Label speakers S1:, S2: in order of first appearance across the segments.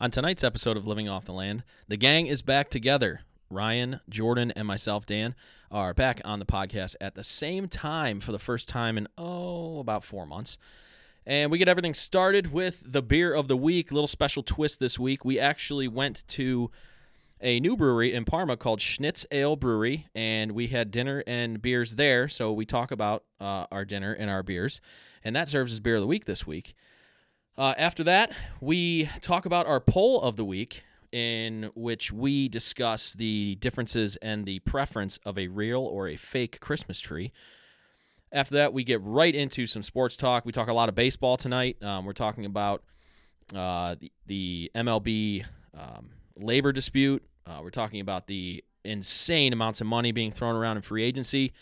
S1: On tonight's episode of Living Off the Land, the gang is back together. Ryan, Jordan, and myself, Dan, are back on the podcast at the same time for the first time in, oh, about four months. And we get everything started with the beer of the week. Little special twist this week. We actually went to a new brewery in Parma called Schnitz Ale Brewery, and we had dinner and beers there. So we talk about uh, our dinner and our beers, and that serves as beer of the week this week. Uh, after that, we talk about our poll of the week, in which we discuss the differences and the preference of a real or a fake Christmas tree. After that, we get right into some sports talk. We talk a lot of baseball tonight. Um, we're talking about uh, the, the MLB um, labor dispute. Uh, we're talking about the insane amounts of money being thrown around in free agency.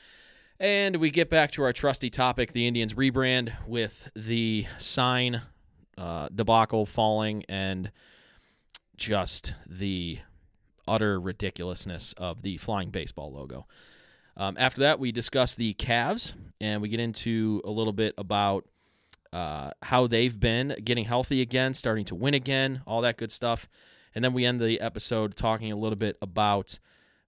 S1: And we get back to our trusty topic the Indians rebrand with the sign uh, debacle falling and just the utter ridiculousness of the flying baseball logo. Um, after that, we discuss the Cavs and we get into a little bit about uh, how they've been getting healthy again, starting to win again, all that good stuff. And then we end the episode talking a little bit about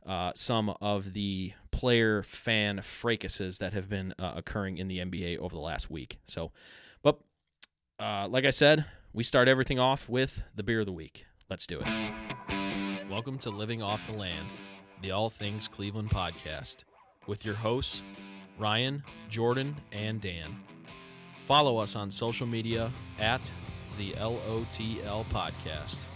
S1: uh, some of the player fan fracases that have been uh, occurring in the NBA over the last week. So, but uh, like I said, we start everything off with the beer of the week. Let's do it. Welcome to Living Off the Land, the All Things Cleveland podcast, with your hosts, Ryan, Jordan, and Dan. Follow us on social media at the LOTL podcast.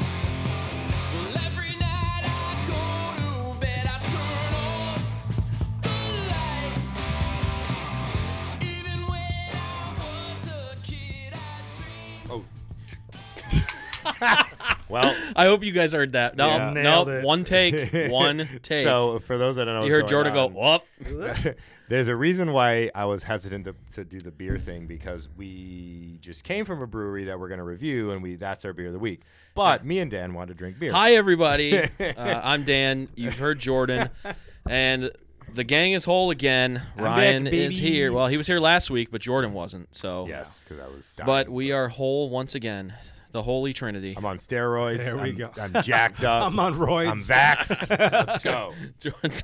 S2: Well, every night I go to bed, I turn off the lights. Even when I was a kid, I dreamed.
S3: Well,
S1: I hope you guys heard that. No,
S3: Yeah.
S1: no,
S4: Nailed it.
S1: one take, one take.
S3: so for those that don't know,
S1: you heard
S3: what's going
S1: Jordan go
S3: on,
S1: up.
S3: There's a reason why I was hesitant to, to do the beer thing because we just came from a brewery that we're going to review, and we that's our beer of the week. But me and Dan wanted to drink beer.
S1: Hi, everybody. Uh, I'm Dan. You've heard Jordan, and the gang is whole again.
S3: I'm
S1: Ryan
S3: back,
S1: is
S3: baby.
S1: here. Well, he was here last week, but Jordan wasn't. So
S3: Yes, because I was. Dying.
S1: But we are whole once again. The Holy Trinity.
S3: I'm on steroids.
S4: There we
S3: I'm,
S4: go.
S3: I'm jacked up.
S4: I'm on roids.
S3: I'm vaxxed. Let's go.
S1: Jordan's-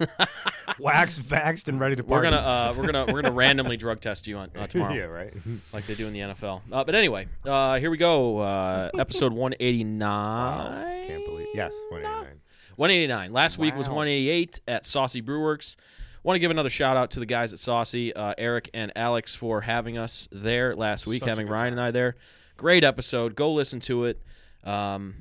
S4: Wax vaxxed and ready to
S1: we're
S4: party.
S1: gonna uh, we're gonna we're gonna randomly drug test you on uh, tomorrow,
S3: Yeah, right.
S1: like they do in the NFL. Uh, but anyway, uh, here we go. Uh, episode 189.
S3: Oh, Can't believe. Yes, 189.
S1: 189. Last week was
S3: Wow.
S1: 188 at Saucy Brewworks. Want to give another shout out to the guys at Saucy, uh, Eric and Alex, for having us there last week,
S4: Such a
S1: having
S4: good
S1: Ryan and I there. Great episode. Go listen to it. Um,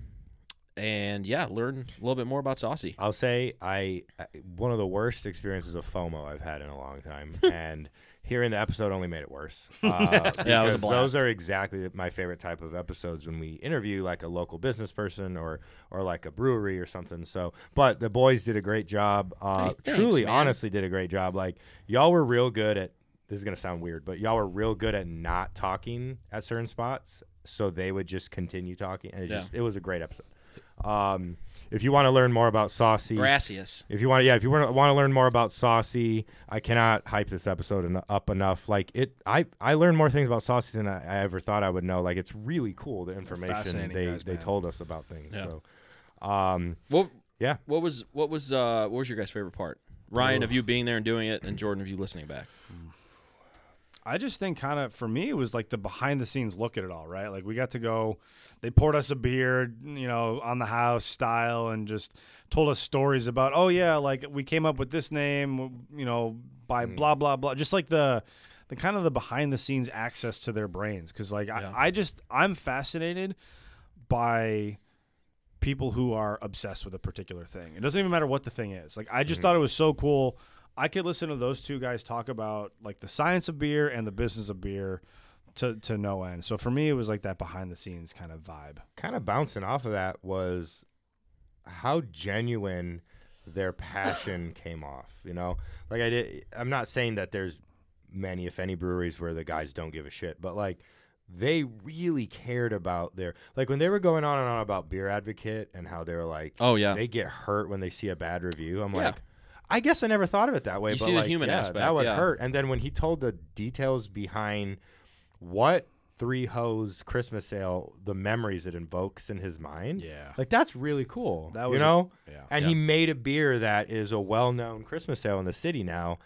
S1: and yeah, learn a little bit more about Saucy.
S3: I'll say I I- one of the worst experiences of FOMO I've had in a long time, and hearing the episode only made it worse. Uh,
S1: Yeah, it was a blast.
S3: because Those are exactly my favorite type of episodes when we interview like a local business person or or like a brewery or something. So, but the boys did a great job. Uh,
S1: Hey, thanks,
S3: truly,
S1: man.
S3: honestly, did a great job. Like y'all were real good at. This is gonna sound weird, but y'all were real good at not talking at certain spots, so they would just continue talking, and it
S1: Yeah.
S3: just it was a great episode. Um, if you want to learn more about Saucy,
S1: Gracias.
S3: if you want, yeah, if you want to learn more about Saucy, I cannot hype this episode en- up enough. Like it, I I learned more things about Saucy than I, I ever thought I would know. Like it's really cool the information
S4: fascinating
S3: they
S4: guys,
S3: they
S4: man.
S3: told us about things.
S1: Yeah.
S3: So, um,
S1: What
S3: yeah,
S1: what was what was uh, what was your guys' favorite part? Ryan of you being there and doing it, and Jordan of you listening back.
S4: I just think kind of for me it was like the behind the scenes look at it all, right? Like we got to go they poured us a beer, you know, on the house style and just told us stories about, oh yeah, like we came up with this name, you know, by
S1: Mm.
S4: blah blah blah. Just like the the kind of the behind the scenes access to their brains cuz like
S1: Yeah.
S4: I, I just I'm fascinated by people who are obsessed with a particular thing. It doesn't even matter what the thing is. Like I
S3: Mm-hmm.
S4: just thought it was so cool. I could listen to those two guys talk about like the science of beer and the business of beer to to no end. So for me it was like that behind the scenes kind of vibe.
S3: kind of bouncing off of that was how genuine their passion came off. You know, like I did. I'm not saying that there's many, if any, breweries where the guys don't give a shit, but like they really cared about their like when they were going on and on about Beer Advocate and how they were like,
S1: Oh, yeah.
S3: they get hurt when they see a bad review. I'm
S1: Yeah.
S3: like, I guess I never thought of it that way.
S1: You
S3: but
S1: see the
S3: like,
S1: human
S3: yeah,
S1: aspect,
S3: that would
S1: yeah.
S3: hurt. And then when he told the details behind what Three Hoes Christmas Sale, the memories it invokes in his mind,
S4: Yeah.
S3: like that's really cool.
S4: That
S3: That was
S4: was
S3: you
S4: a-
S3: know,
S4: yeah.
S3: and
S1: Yeah.
S3: he made a beer that is a well-known Christmas sale in the city now,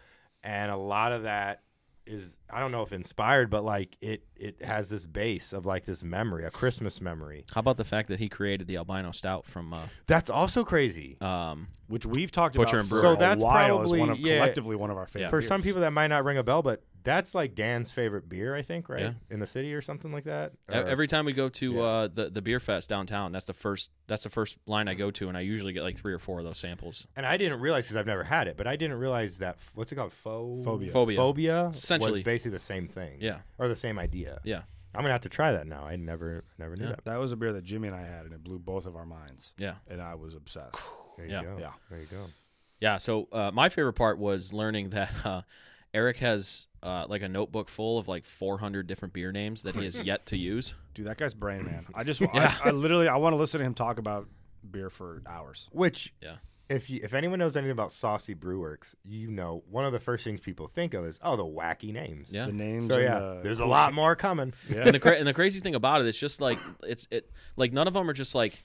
S3: and a lot of that is I don't know if inspired, but like it it has this base of like this memory, a Christmas memory.
S1: How about the fact that he created the albino stout from uh,
S3: That's also crazy.
S1: um,
S4: which we've talked
S1: Butcher
S4: about
S1: and
S4: for
S1: Brewer.
S4: a
S1: So
S3: that's
S4: while
S3: probably-
S4: as one of
S3: yeah.
S4: collectively one of our favorite.
S1: Yeah.
S3: For some
S4: beers.
S3: people that might not ring a bell, but that's like Dan's favorite beer, I think, right?
S1: Yeah.
S3: In the city or something like that.
S1: E-
S3: Or-
S1: Every time we go to
S3: Yeah.
S1: uh, the the beer fest downtown, that's the first that's the first line I go to, and I usually get like three or four of those samples.
S3: and I didn't realize because I've never had it, but I didn't realize that what's it called? Pho-
S4: Phobia.
S1: Phobia.
S3: Phobia
S1: Essentially.
S3: was basically the same thing.
S1: Yeah.
S3: Or the same idea.
S1: Yeah,
S3: I'm gonna have to try that now. I never never knew
S1: Yeah.
S3: that.
S4: that was a beer that Jimmy and I had, and it blew both of our minds.
S1: yeah,
S4: And I was obsessed.
S3: There you
S1: Yeah.
S3: go.
S4: Yeah.
S3: There you go.
S1: yeah. So uh, my favorite part was learning that uh, Eric has uh, like a notebook full of like 400 different beer names that he has yet to use.
S4: Dude, that guy's brain man. I just, I, I literally, I want to listen to him talk about beer for hours.
S3: Which
S1: Yeah.
S3: if you, if anyone knows anything about Saucy Brewworks, you know one of the first things people think of is oh the wacky names.
S1: Yeah.
S4: The names.
S3: So
S4: and
S3: yeah,
S4: the
S3: there's a
S4: cool
S3: lot more coming.
S1: and the cra- and the crazy thing about it, it's just like it's it like none of them are just like,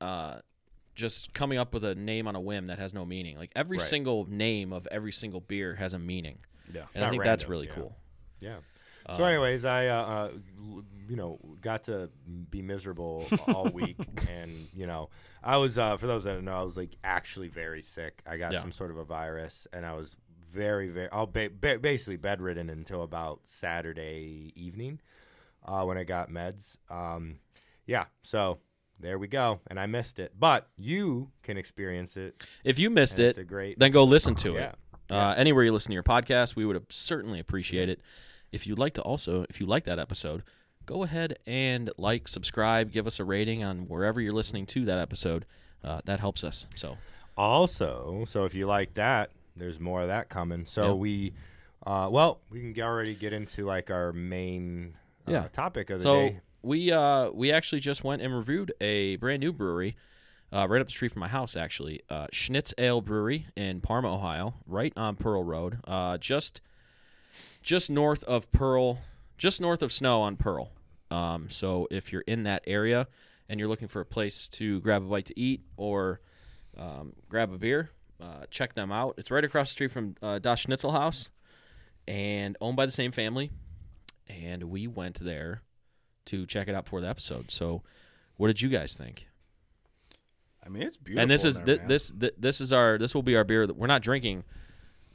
S1: uh, just coming up with a name on a whim that has no meaning. Like every
S3: Right.
S1: single name of every single beer has a meaning,
S4: Yeah.
S1: and I
S3: not
S1: think that's
S3: random,
S1: really
S3: yeah.
S1: cool.
S3: Yeah.
S1: Um,
S3: So, anyways, I, uh, uh, l- you know, got to be miserable all week, and you know, I was, uh, for those that don't know, I was like actually very sick. I got
S1: Yeah.
S3: some sort of a virus, and I was very, very, all ba- ba- basically bedridden until about Saturday evening, uh, when I got meds. Um, yeah. So there we go, and I missed it, but you can experience it.
S1: If you missed
S3: and
S1: it,
S3: It's a great.
S1: then go listen to
S3: Yeah.
S1: it. Uh, anywhere you listen to your podcast, we would certainly appreciate it. If you'd like to also, if you like that episode, go ahead and like, subscribe, give us a rating on wherever you're listening to that episode. Uh, that helps us. So
S3: Also, so if you like that, there's more of that coming. So
S1: Yep.
S3: we, uh, well, we can g- already get into like our main uh,
S1: Yeah.
S3: topic of the
S1: so
S3: day.
S1: we uh we actually just went and reviewed a brand new brewery uh, right up the street from my house actually uh, schnitz ale brewery in parma ohio right on pearl road uh, just just north of pearl just north of snow on pearl um, so if you're in that area and you're looking for a place to grab a bite to eat or um, grab a beer uh, check them out it's right across the street from uh, das schnitzel house and owned by the same family and we went there to check it out for the episode. So, what did you guys think?
S4: I mean, it's beautiful.
S1: and this
S4: in
S1: is
S4: there,
S1: thi-
S4: man.
S1: this thi- this is our this will be our beer. That, we're not drinking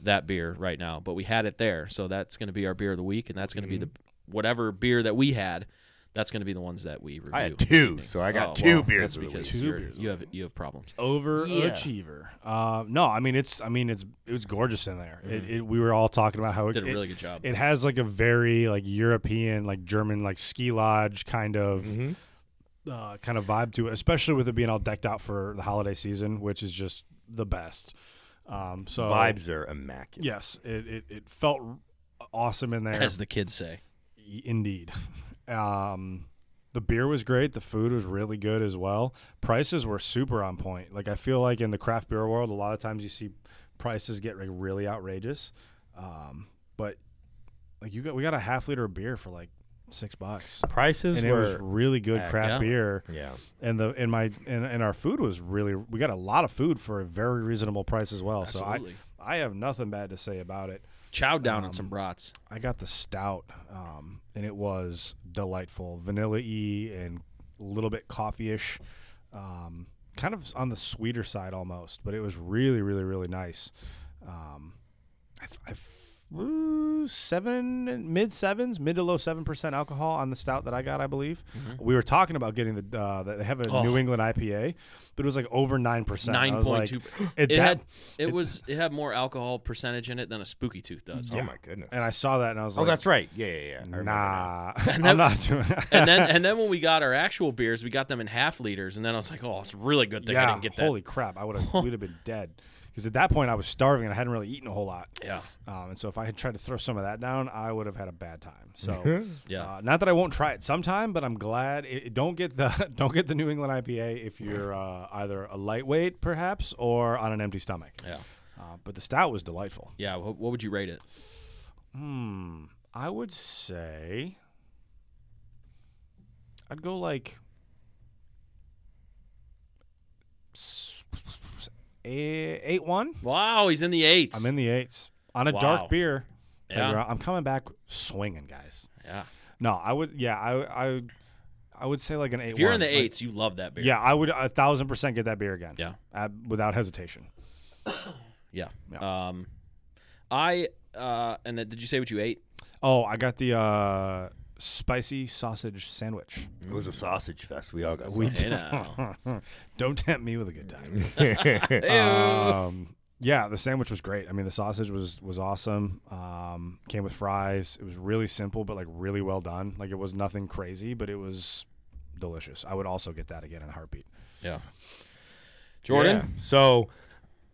S1: that beer right now, but we had it there, so that's going to be our beer of the week, and that's going to be the
S4: Mm-hmm.
S1: whatever beer that we had. That's going to be the ones that we review.
S3: I had
S1: this
S3: two,
S1: evening.
S3: so I got
S1: two
S3: two beers
S1: That's
S3: of the
S1: because
S4: week. Two
S1: you're-
S4: beers of
S1: you have you have problems.
S4: overachiever. Uh, no, I mean it's. I mean it's. It was gorgeous in there. It, it, we were all talking about how it
S1: Mm. Did a
S4: it-
S1: really good job.
S4: It has like a very like European, like German, like ski lodge kind of
S3: Mm-hmm.
S4: uh, kind of vibe to it, especially with it being all decked out for the holiday season, which is just the best. Um, so
S3: Vibes are immaculate.
S4: Yes, it it, it felt awesome in there.
S1: as the kids say.
S4: Indeed. Um, the beer was great. The food was really good as well. Prices were super on point. Like I feel like in the craft beer world, a lot of times you see prices get like really outrageous. Um, but like you got, we got a half liter of beer for like six bucks,
S3: Prices
S4: and it
S3: were.
S4: was really good
S3: heck
S4: craft
S1: yeah.
S4: beer.
S3: yeah.
S4: And the and my and, and our food was really we got a lot of food for a very reasonable price as well.
S1: Absolutely.
S4: So I I have nothing bad to say about it.
S1: Chow down on
S4: Um,
S1: some brats.
S4: I got the stout, um, and it was delightful, vanilla y and a little bit coffee ish, um, kind of on the sweeter side almost. But it was really, really, really nice. Um, I, th- I f- ooh, seven mid sevens, mid to low seven percent alcohol on the stout that I got, I believe. We were talking about getting the uh, they have a
S1: Oh.
S4: New England IPA, but it was like over nine percent. I was like,
S1: 9.2.
S4: it-
S1: It
S4: that-
S1: had it was it had more alcohol percentage in it than a spooky tooth does.
S3: Oh my goodness.
S4: and I saw that, and I was
S3: oh,
S4: like,
S3: that's right. Yeah, yeah, yeah. I remember now.
S4: Nah, I'm not doing that.
S1: and then and then when we got our actual beers, we got them in half liters, and then I was like, oh, it's really good thing I didn't get that.
S4: Holy crap! I would have we'd have been dead. because at that point I was starving and I hadn't really eaten a whole lot.
S1: Yeah.
S4: Um, and so if I had tried to throw some of that down, I would have had a bad time. So,
S1: Yeah.
S4: uh, not that I won't try it sometime, but I'm glad. It, it- don't get the don't get the New England IPA if you're uh, either a lightweight perhaps or on an empty stomach.
S1: Yeah.
S4: Uh, but the stout was delightful.
S1: Yeah. wh- What would you rate it?
S4: Hmm. I would say I'd go like s- eh, eight one.
S1: Wow, he's in the 8s
S4: I'm in the eights on a
S1: Wow.
S4: dark beer.
S1: Yeah.
S4: Like, I'm coming back swinging, guys.
S1: yeah.
S4: No, I would. Yeah, I, I, I would say like an eight.
S1: If you're in the eights, you love that beer.
S4: yeah, I would a thousand percent get that beer again.
S1: Yeah.
S4: uh, without hesitation.
S1: Yeah. Um, I uh, and then did you say what you ate?
S4: Oh, I got the uh, spicy sausage sandwich.
S3: It was a sausage fest. We all got.
S4: We
S1: Hey, now.
S4: don't tempt me with a good time.
S3: sausage. Uh,
S4: Um, yeah, the sandwich was great. I mean, the sausage was was awesome. Um, came with fries. It was really simple, but like really well done. Like it was nothing crazy, but it was delicious. I would also get that again in a heartbeat.
S1: yeah. Jordan.
S3: Yeah. So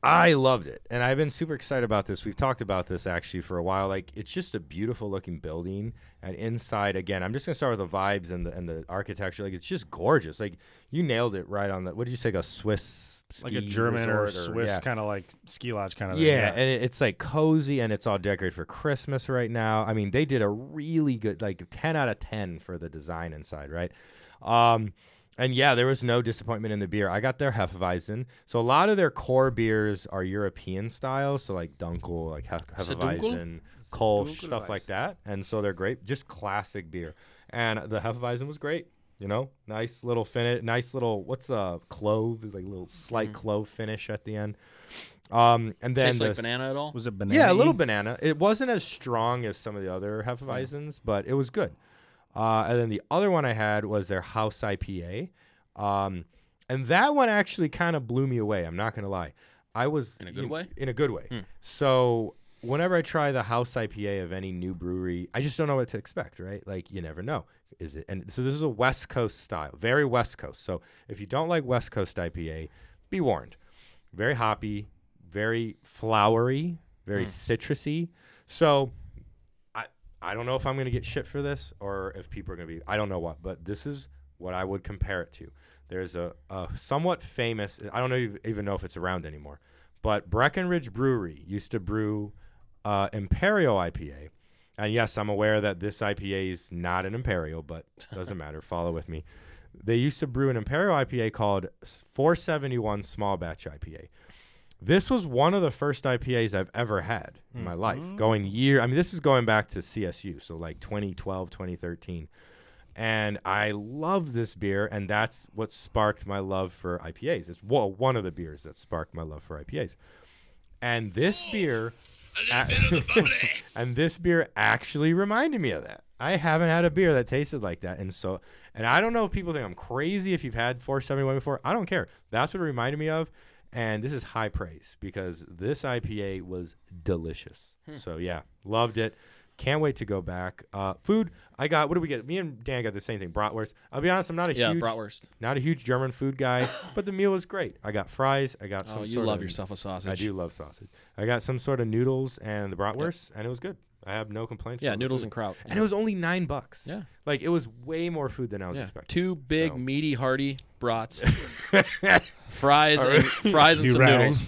S3: I loved it. And I've been super excited about this. We've talked about this actually for a while. Like it's just a beautiful looking building. And inside again, I'm just gonna start with the vibes and the and the architecture. Like it's just gorgeous. Like you nailed it right on the what did you say, like a Swiss
S4: Like a
S3: ski
S4: German or
S3: resort
S4: Swiss
S3: yeah.
S4: kind of like ski lodge kind of
S3: Yeah, and it, it's like cozy and it's all decorated for Christmas right now. I mean, they did a really good like 10 out of 10 for the design inside, right? Um and yeah, there was no disappointment in the beer. I got their Hefeweizen. So a lot of their core beers are European style, so like Dunkel, like Hef-
S1: Dunkel?
S3: Hefeweizen, Kolsch, stuff like that. And so they're great, just classic beer. And the Hefeweizen was great. You know, nice little finish, nice little what's a clove? Is like a little slight clove finish at the end. Um, and then
S1: Tastes like
S3: the-
S1: banana at all?
S4: Was it banana?
S3: Yeah, a little banana. It wasn't as strong as some of the other Hefeweizens, but it was good. Uh, and then the other one I had was their House IPA, um, and that one actually kind of blew me away. I'm not gonna lie, I was
S1: In a good way? Hmm.
S3: In a good way. So whenever I try the House IPA of any new brewery, I just don't know what to expect. Right? Like you never know. Is it? And so this is a West Coast style, very West Coast. So if you don't like West Coast IPA, be warned very hoppy, very flowery,
S1: Hmm.
S3: very citrusy. So I I don't know if I'm going to get shit for this or if people are going to be I don't know what, but this is what I would compare it to. There's a, a somewhat famous I don't know if- even know if it's around anymore, but Breckenridge Brewery used to brew uh, Imperial IPA. And yes, I'm aware that this IPA is not an Imperial, but doesn't matter. Follow with me they used to brew an imperial IPA called 471 Small Batch IPA. This was one of the first IPAs I've ever had in my life. Going year, I mean, this is going back to CSU, so like 2012, 2013. And I love this beer, and that's what sparked my love for IPAs. It's wa- one of the beers that sparked my love for IPAs. And this beer, and this beer actually reminded me of that. I haven't had a beer that tasted like that, and so, and I don't know if people think I'm crazy if you've had 471 before. I don't care. That's what it reminded me of, and this is high praise because this IPA was delicious.
S1: Hmm.
S3: So yeah, loved it. Can't wait to go back. Uh, food, I got. What did we get? Me and Dan got the same thing. Bratwurst. I'll be honest, I'm not a
S1: Yeah,
S3: huge
S1: bratwurst.
S3: not a huge German food guy, but the meal was great. I got fries. I got some.
S1: Oh, you
S3: sort
S1: love
S3: of-
S1: yourself a sausage.
S3: I do love sausage. I got some sort of noodles and the bratwurst, and it was good. I have no complaints.
S1: Yeah,
S3: about the
S1: noodles
S3: food.
S1: and kraut.
S3: And it was only nine bucks.
S1: Yeah.
S3: like it was way more food than I was
S1: Yeah.
S3: expecting.
S1: Two big
S3: So-
S1: meaty hearty brats, fries and fries and
S4: You
S1: some
S4: round.
S1: noodles.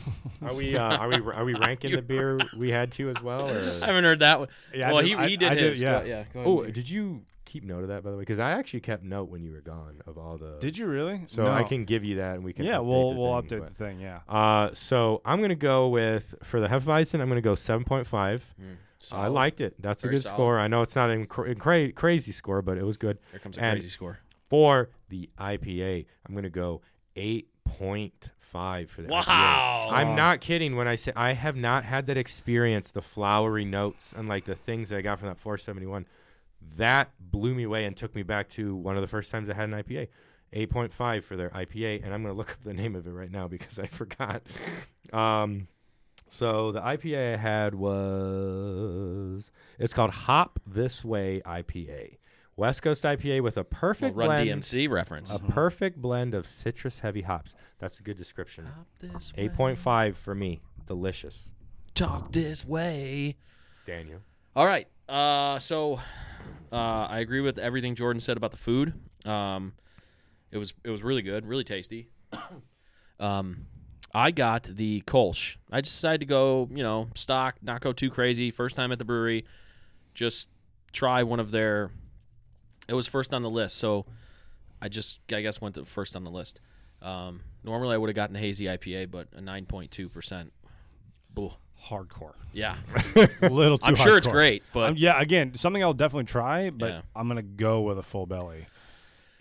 S3: Are we? Uh, are we? Are we ranking the beer we had to as well?
S1: I
S3: Or?
S1: haven't heard that one.
S4: Yeah, I
S1: well,
S4: did-
S1: he,
S4: I-
S1: he did
S4: I did,
S1: his.
S4: yeah.
S1: Go, yeah. Go ahead.
S3: Oh, did you keep note of that by the way? Because I actually kept note when you were gone of all the.
S4: Did you really?
S3: So
S4: No.
S3: I can give you that, and we can.
S4: Yeah,
S3: update
S4: we'll
S3: the
S4: we'll
S3: thing,
S4: update
S3: but-
S4: the thing. Yeah.
S3: Uh, so I'm gonna go with for the Hefeweizen. I'm gonna go 7.5. I
S1: Solid.
S3: liked it. That's
S1: Very
S3: a good
S1: solid.
S3: score. I know it's not a cra- cra- crazy score, but it was good.
S1: Here comes a
S3: and
S1: crazy score.
S3: For the IPA, I'm gonna go 8.5 for the
S1: Wow.
S3: IPA. I'm not kidding when I say I have not had that experience. The flowery notes and like the things that I got from that 471, that blew me away and took me back to one of the first times I had an IPA. 8.5 for their IPA, and I'm gonna look up the name of it right now because I forgot. Um, so the IPA I had was it's called Hop This Way IPA, West Coast IPA with a
S1: Well,
S3: perfect
S1: Run
S3: blend,
S1: DMC reference.
S3: a perfect blend of citrus heavy hops. That's a good description.
S1: Up this way.
S3: Eight point five for me. Delicious.
S1: Talk this way.
S3: Daniel.
S1: All right. Uh, so uh, I agree with everything Jordan said about the food. Um, it was it was really good, really tasty. um, I got the Kolsch. I just decided to go, you know, stock, not go too crazy. First time at the brewery, just try one of their. It was first on the list, so I just I guess went to first on the list. Um, normally I would have gotten the hazy IPA, but a nine point two percent.
S4: Hardcore.
S1: Yeah,
S4: A little too
S1: I'm sure it's
S4: hardcore.
S1: great, but
S4: Um, yeah, again, something I'll definitely try, but
S1: Yeah.
S4: I'm gonna go with a full belly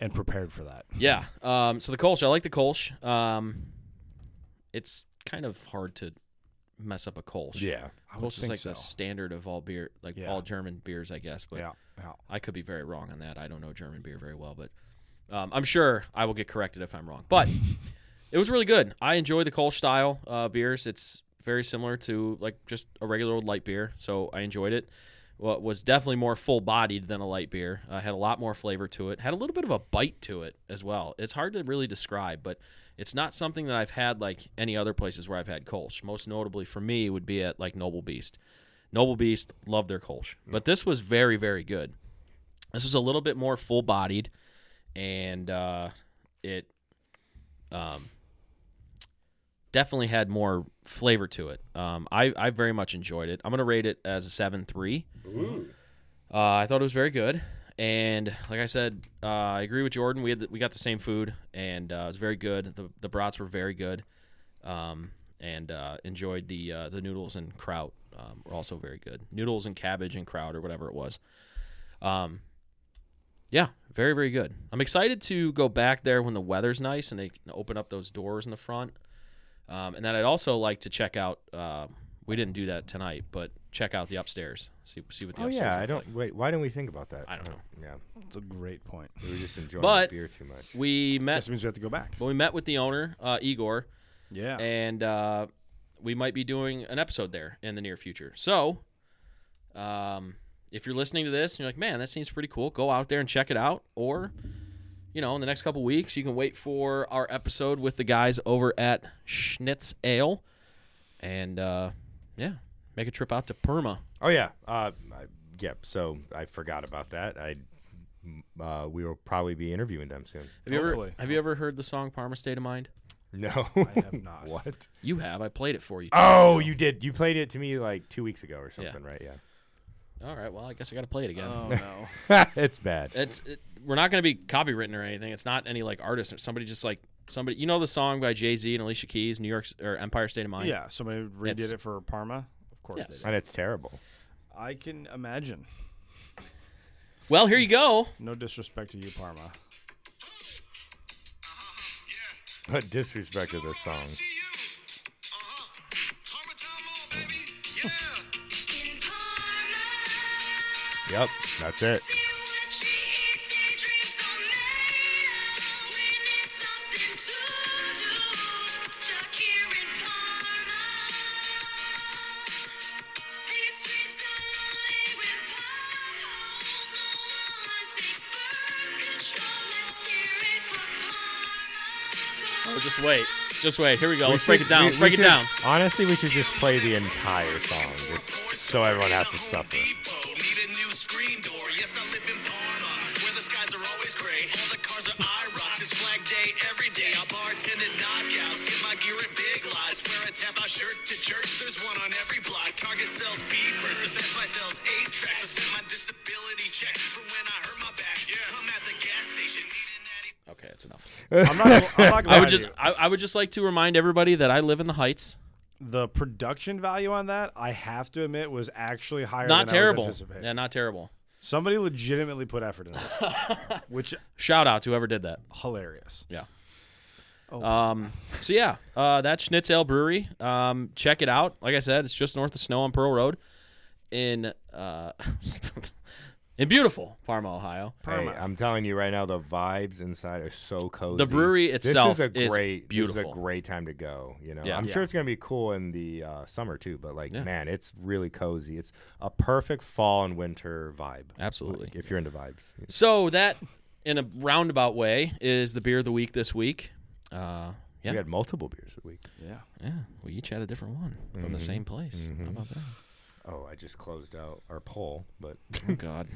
S4: and prepared for that.
S1: Yeah. Um, so the Kolsch, I like the Kolsch. Um, it's kind of hard to mess up a Kolsch.
S3: Yeah.
S4: I would
S1: Kolsch is
S4: think
S1: like
S4: so.
S1: the standard of all beer, like
S4: Yeah.
S1: all German beers, I guess. But
S4: yeah, yeah.
S1: I could be very wrong on that. I don't know German beer very well, but um, I'm sure I will get corrected if I'm wrong. But it was really good. I enjoy the Kolsch style uh, beers. It's very similar to like just a regular old light beer, so I enjoyed it. Well, it was definitely more full bodied than a light beer. Uh, had a lot more flavor to it. Had a little bit of a bite to it as well. It's hard to really describe, but it's not something that I've had like any other places where I've had Kolsch. Most notably for me would be at like Noble Beast. Noble Beast love their Kolsch, but this was very very good. This was a little bit more full bodied, and uh, it um, definitely had more flavor to it. Um, I, I very much enjoyed it. I'm going to rate it as a 7 3. Uh, I thought it was very good. And like I said, uh, I agree with Jordan. We had the, we got the same food, and uh, it was very good. The, the brats were very good, um, and uh, enjoyed the uh, the noodles and kraut um, were also very good. Noodles and cabbage and kraut or whatever it was. Um, yeah, very very good. I'm excited to go back there when the weather's nice and they can open up those doors in the front. Um, and then I'd also like to check out. Uh, we didn't do that tonight, but check out the upstairs. See see what the
S3: Oh
S1: upstairs.
S3: yeah. I
S1: look
S3: don't. Wait. Why didn't we think about that?
S1: I don't know.
S3: Yeah.
S4: It's a great point.
S3: We were just enjoying
S1: But-
S3: the beer too much.
S1: We met.
S4: Just means we have to go back.
S1: well, we met with the owner, uh, Igor,
S4: Yeah.
S1: and uh, we might be doing an episode there in the near future. So, um, if you're listening to this and you're like, "Man, that seems pretty cool," go out there and check it out. Or, you know, in the next couple weeks, you can wait for our episode with the guys over at Schnitz Ale, and uh, yeah, make a trip out to Perma.
S3: Oh yeah. Uh, I, yeah. So I forgot about that. I. Uh, we will probably be interviewing them soon.
S1: Have you ever
S4: Hopefully.
S1: have you ever heard the song "Parma State of Mind"?
S3: No.
S4: I have not.
S3: what?
S1: You have. I played it for you. two weeks
S3: Oh,
S1: ago.
S3: you did. You played it to me like two weeks ago or
S1: Yeah.
S3: something, right? Yeah.
S1: All right. Well, I guess I got to play it again.
S4: Oh no.
S3: it's bad.
S1: it's it, we're not going to be copywritten or anything. It's not any like artist or somebody just like somebody. You know the song by Jay Z and Alicia Keys, New York's or Empire State of Mind.
S4: yeah. Somebody redid
S1: It's-
S4: it for Parma. Of course
S1: Yes.
S4: they
S3: and it's terrible.
S4: did. I can imagine.
S1: Well, here you go.
S4: No disrespect to you, Parma.
S3: What disrespect of this song. Yep, that's it.
S1: Oh, just wait. Just wait. Here we go. Let's break it down. Let's break it down.
S3: Honestly, we should just play the entire song just so everyone has to suffer.
S5: Need a new screen door. Yes, I live in Parma, where the skies are always gray. All the cars are IROCs. It's Flag Day every day. I bartend at knockouts. Get my gear at Big Lots. Wear a tap out shirt to church. There's one on every block. Target sells beepers. The Best Buy sells eight tracks. I sent my disability check for when I hurt my back. I'm at the gas station. Need an natty
S1: Okay, that's enough.
S4: I'm not. I'm not gonna
S1: I
S4: lie
S1: would
S4: to
S1: just
S4: you.
S1: I, I would just like to remind everybody that I live in the Heights.
S4: the production value on that. I have to admit was actually higher.
S1: Not
S4: than I
S1: terrible.
S4: was anticipating.
S1: Yeah, not terrible.
S4: Somebody legitimately put effort into that, which
S1: Shout out to whoever did that.
S4: hilarious.
S1: Yeah.
S4: Oh.
S1: Um, so yeah, uh, that's Schnitzel Brewery. Um, check it out. Like I said, it's just north of Snow on Pearl Road in uh, in beautiful Parma, Ohio.
S3: Hey, I'm telling you right now, the vibes inside are so cozy.
S1: The brewery itself
S3: this is
S1: is
S3: a great, This
S1: beautiful.
S3: is a great time to go. You know,
S1: Yeah.
S3: I'm
S1: Yeah.
S3: sure it's gonna be cool in the uh, summer too. But like, man, it's really cozy. It's a perfect fall and winter vibe.
S1: Absolutely.
S3: If you're into vibes,
S1: So that, in a roundabout way, is the beer of the week this week. Uh, Yeah.
S3: We had multiple beers a week.
S4: Yeah.
S1: Yeah, we each had a different one from the same place. How about that?
S3: Oh, I just closed out our poll, but
S1: Oh God,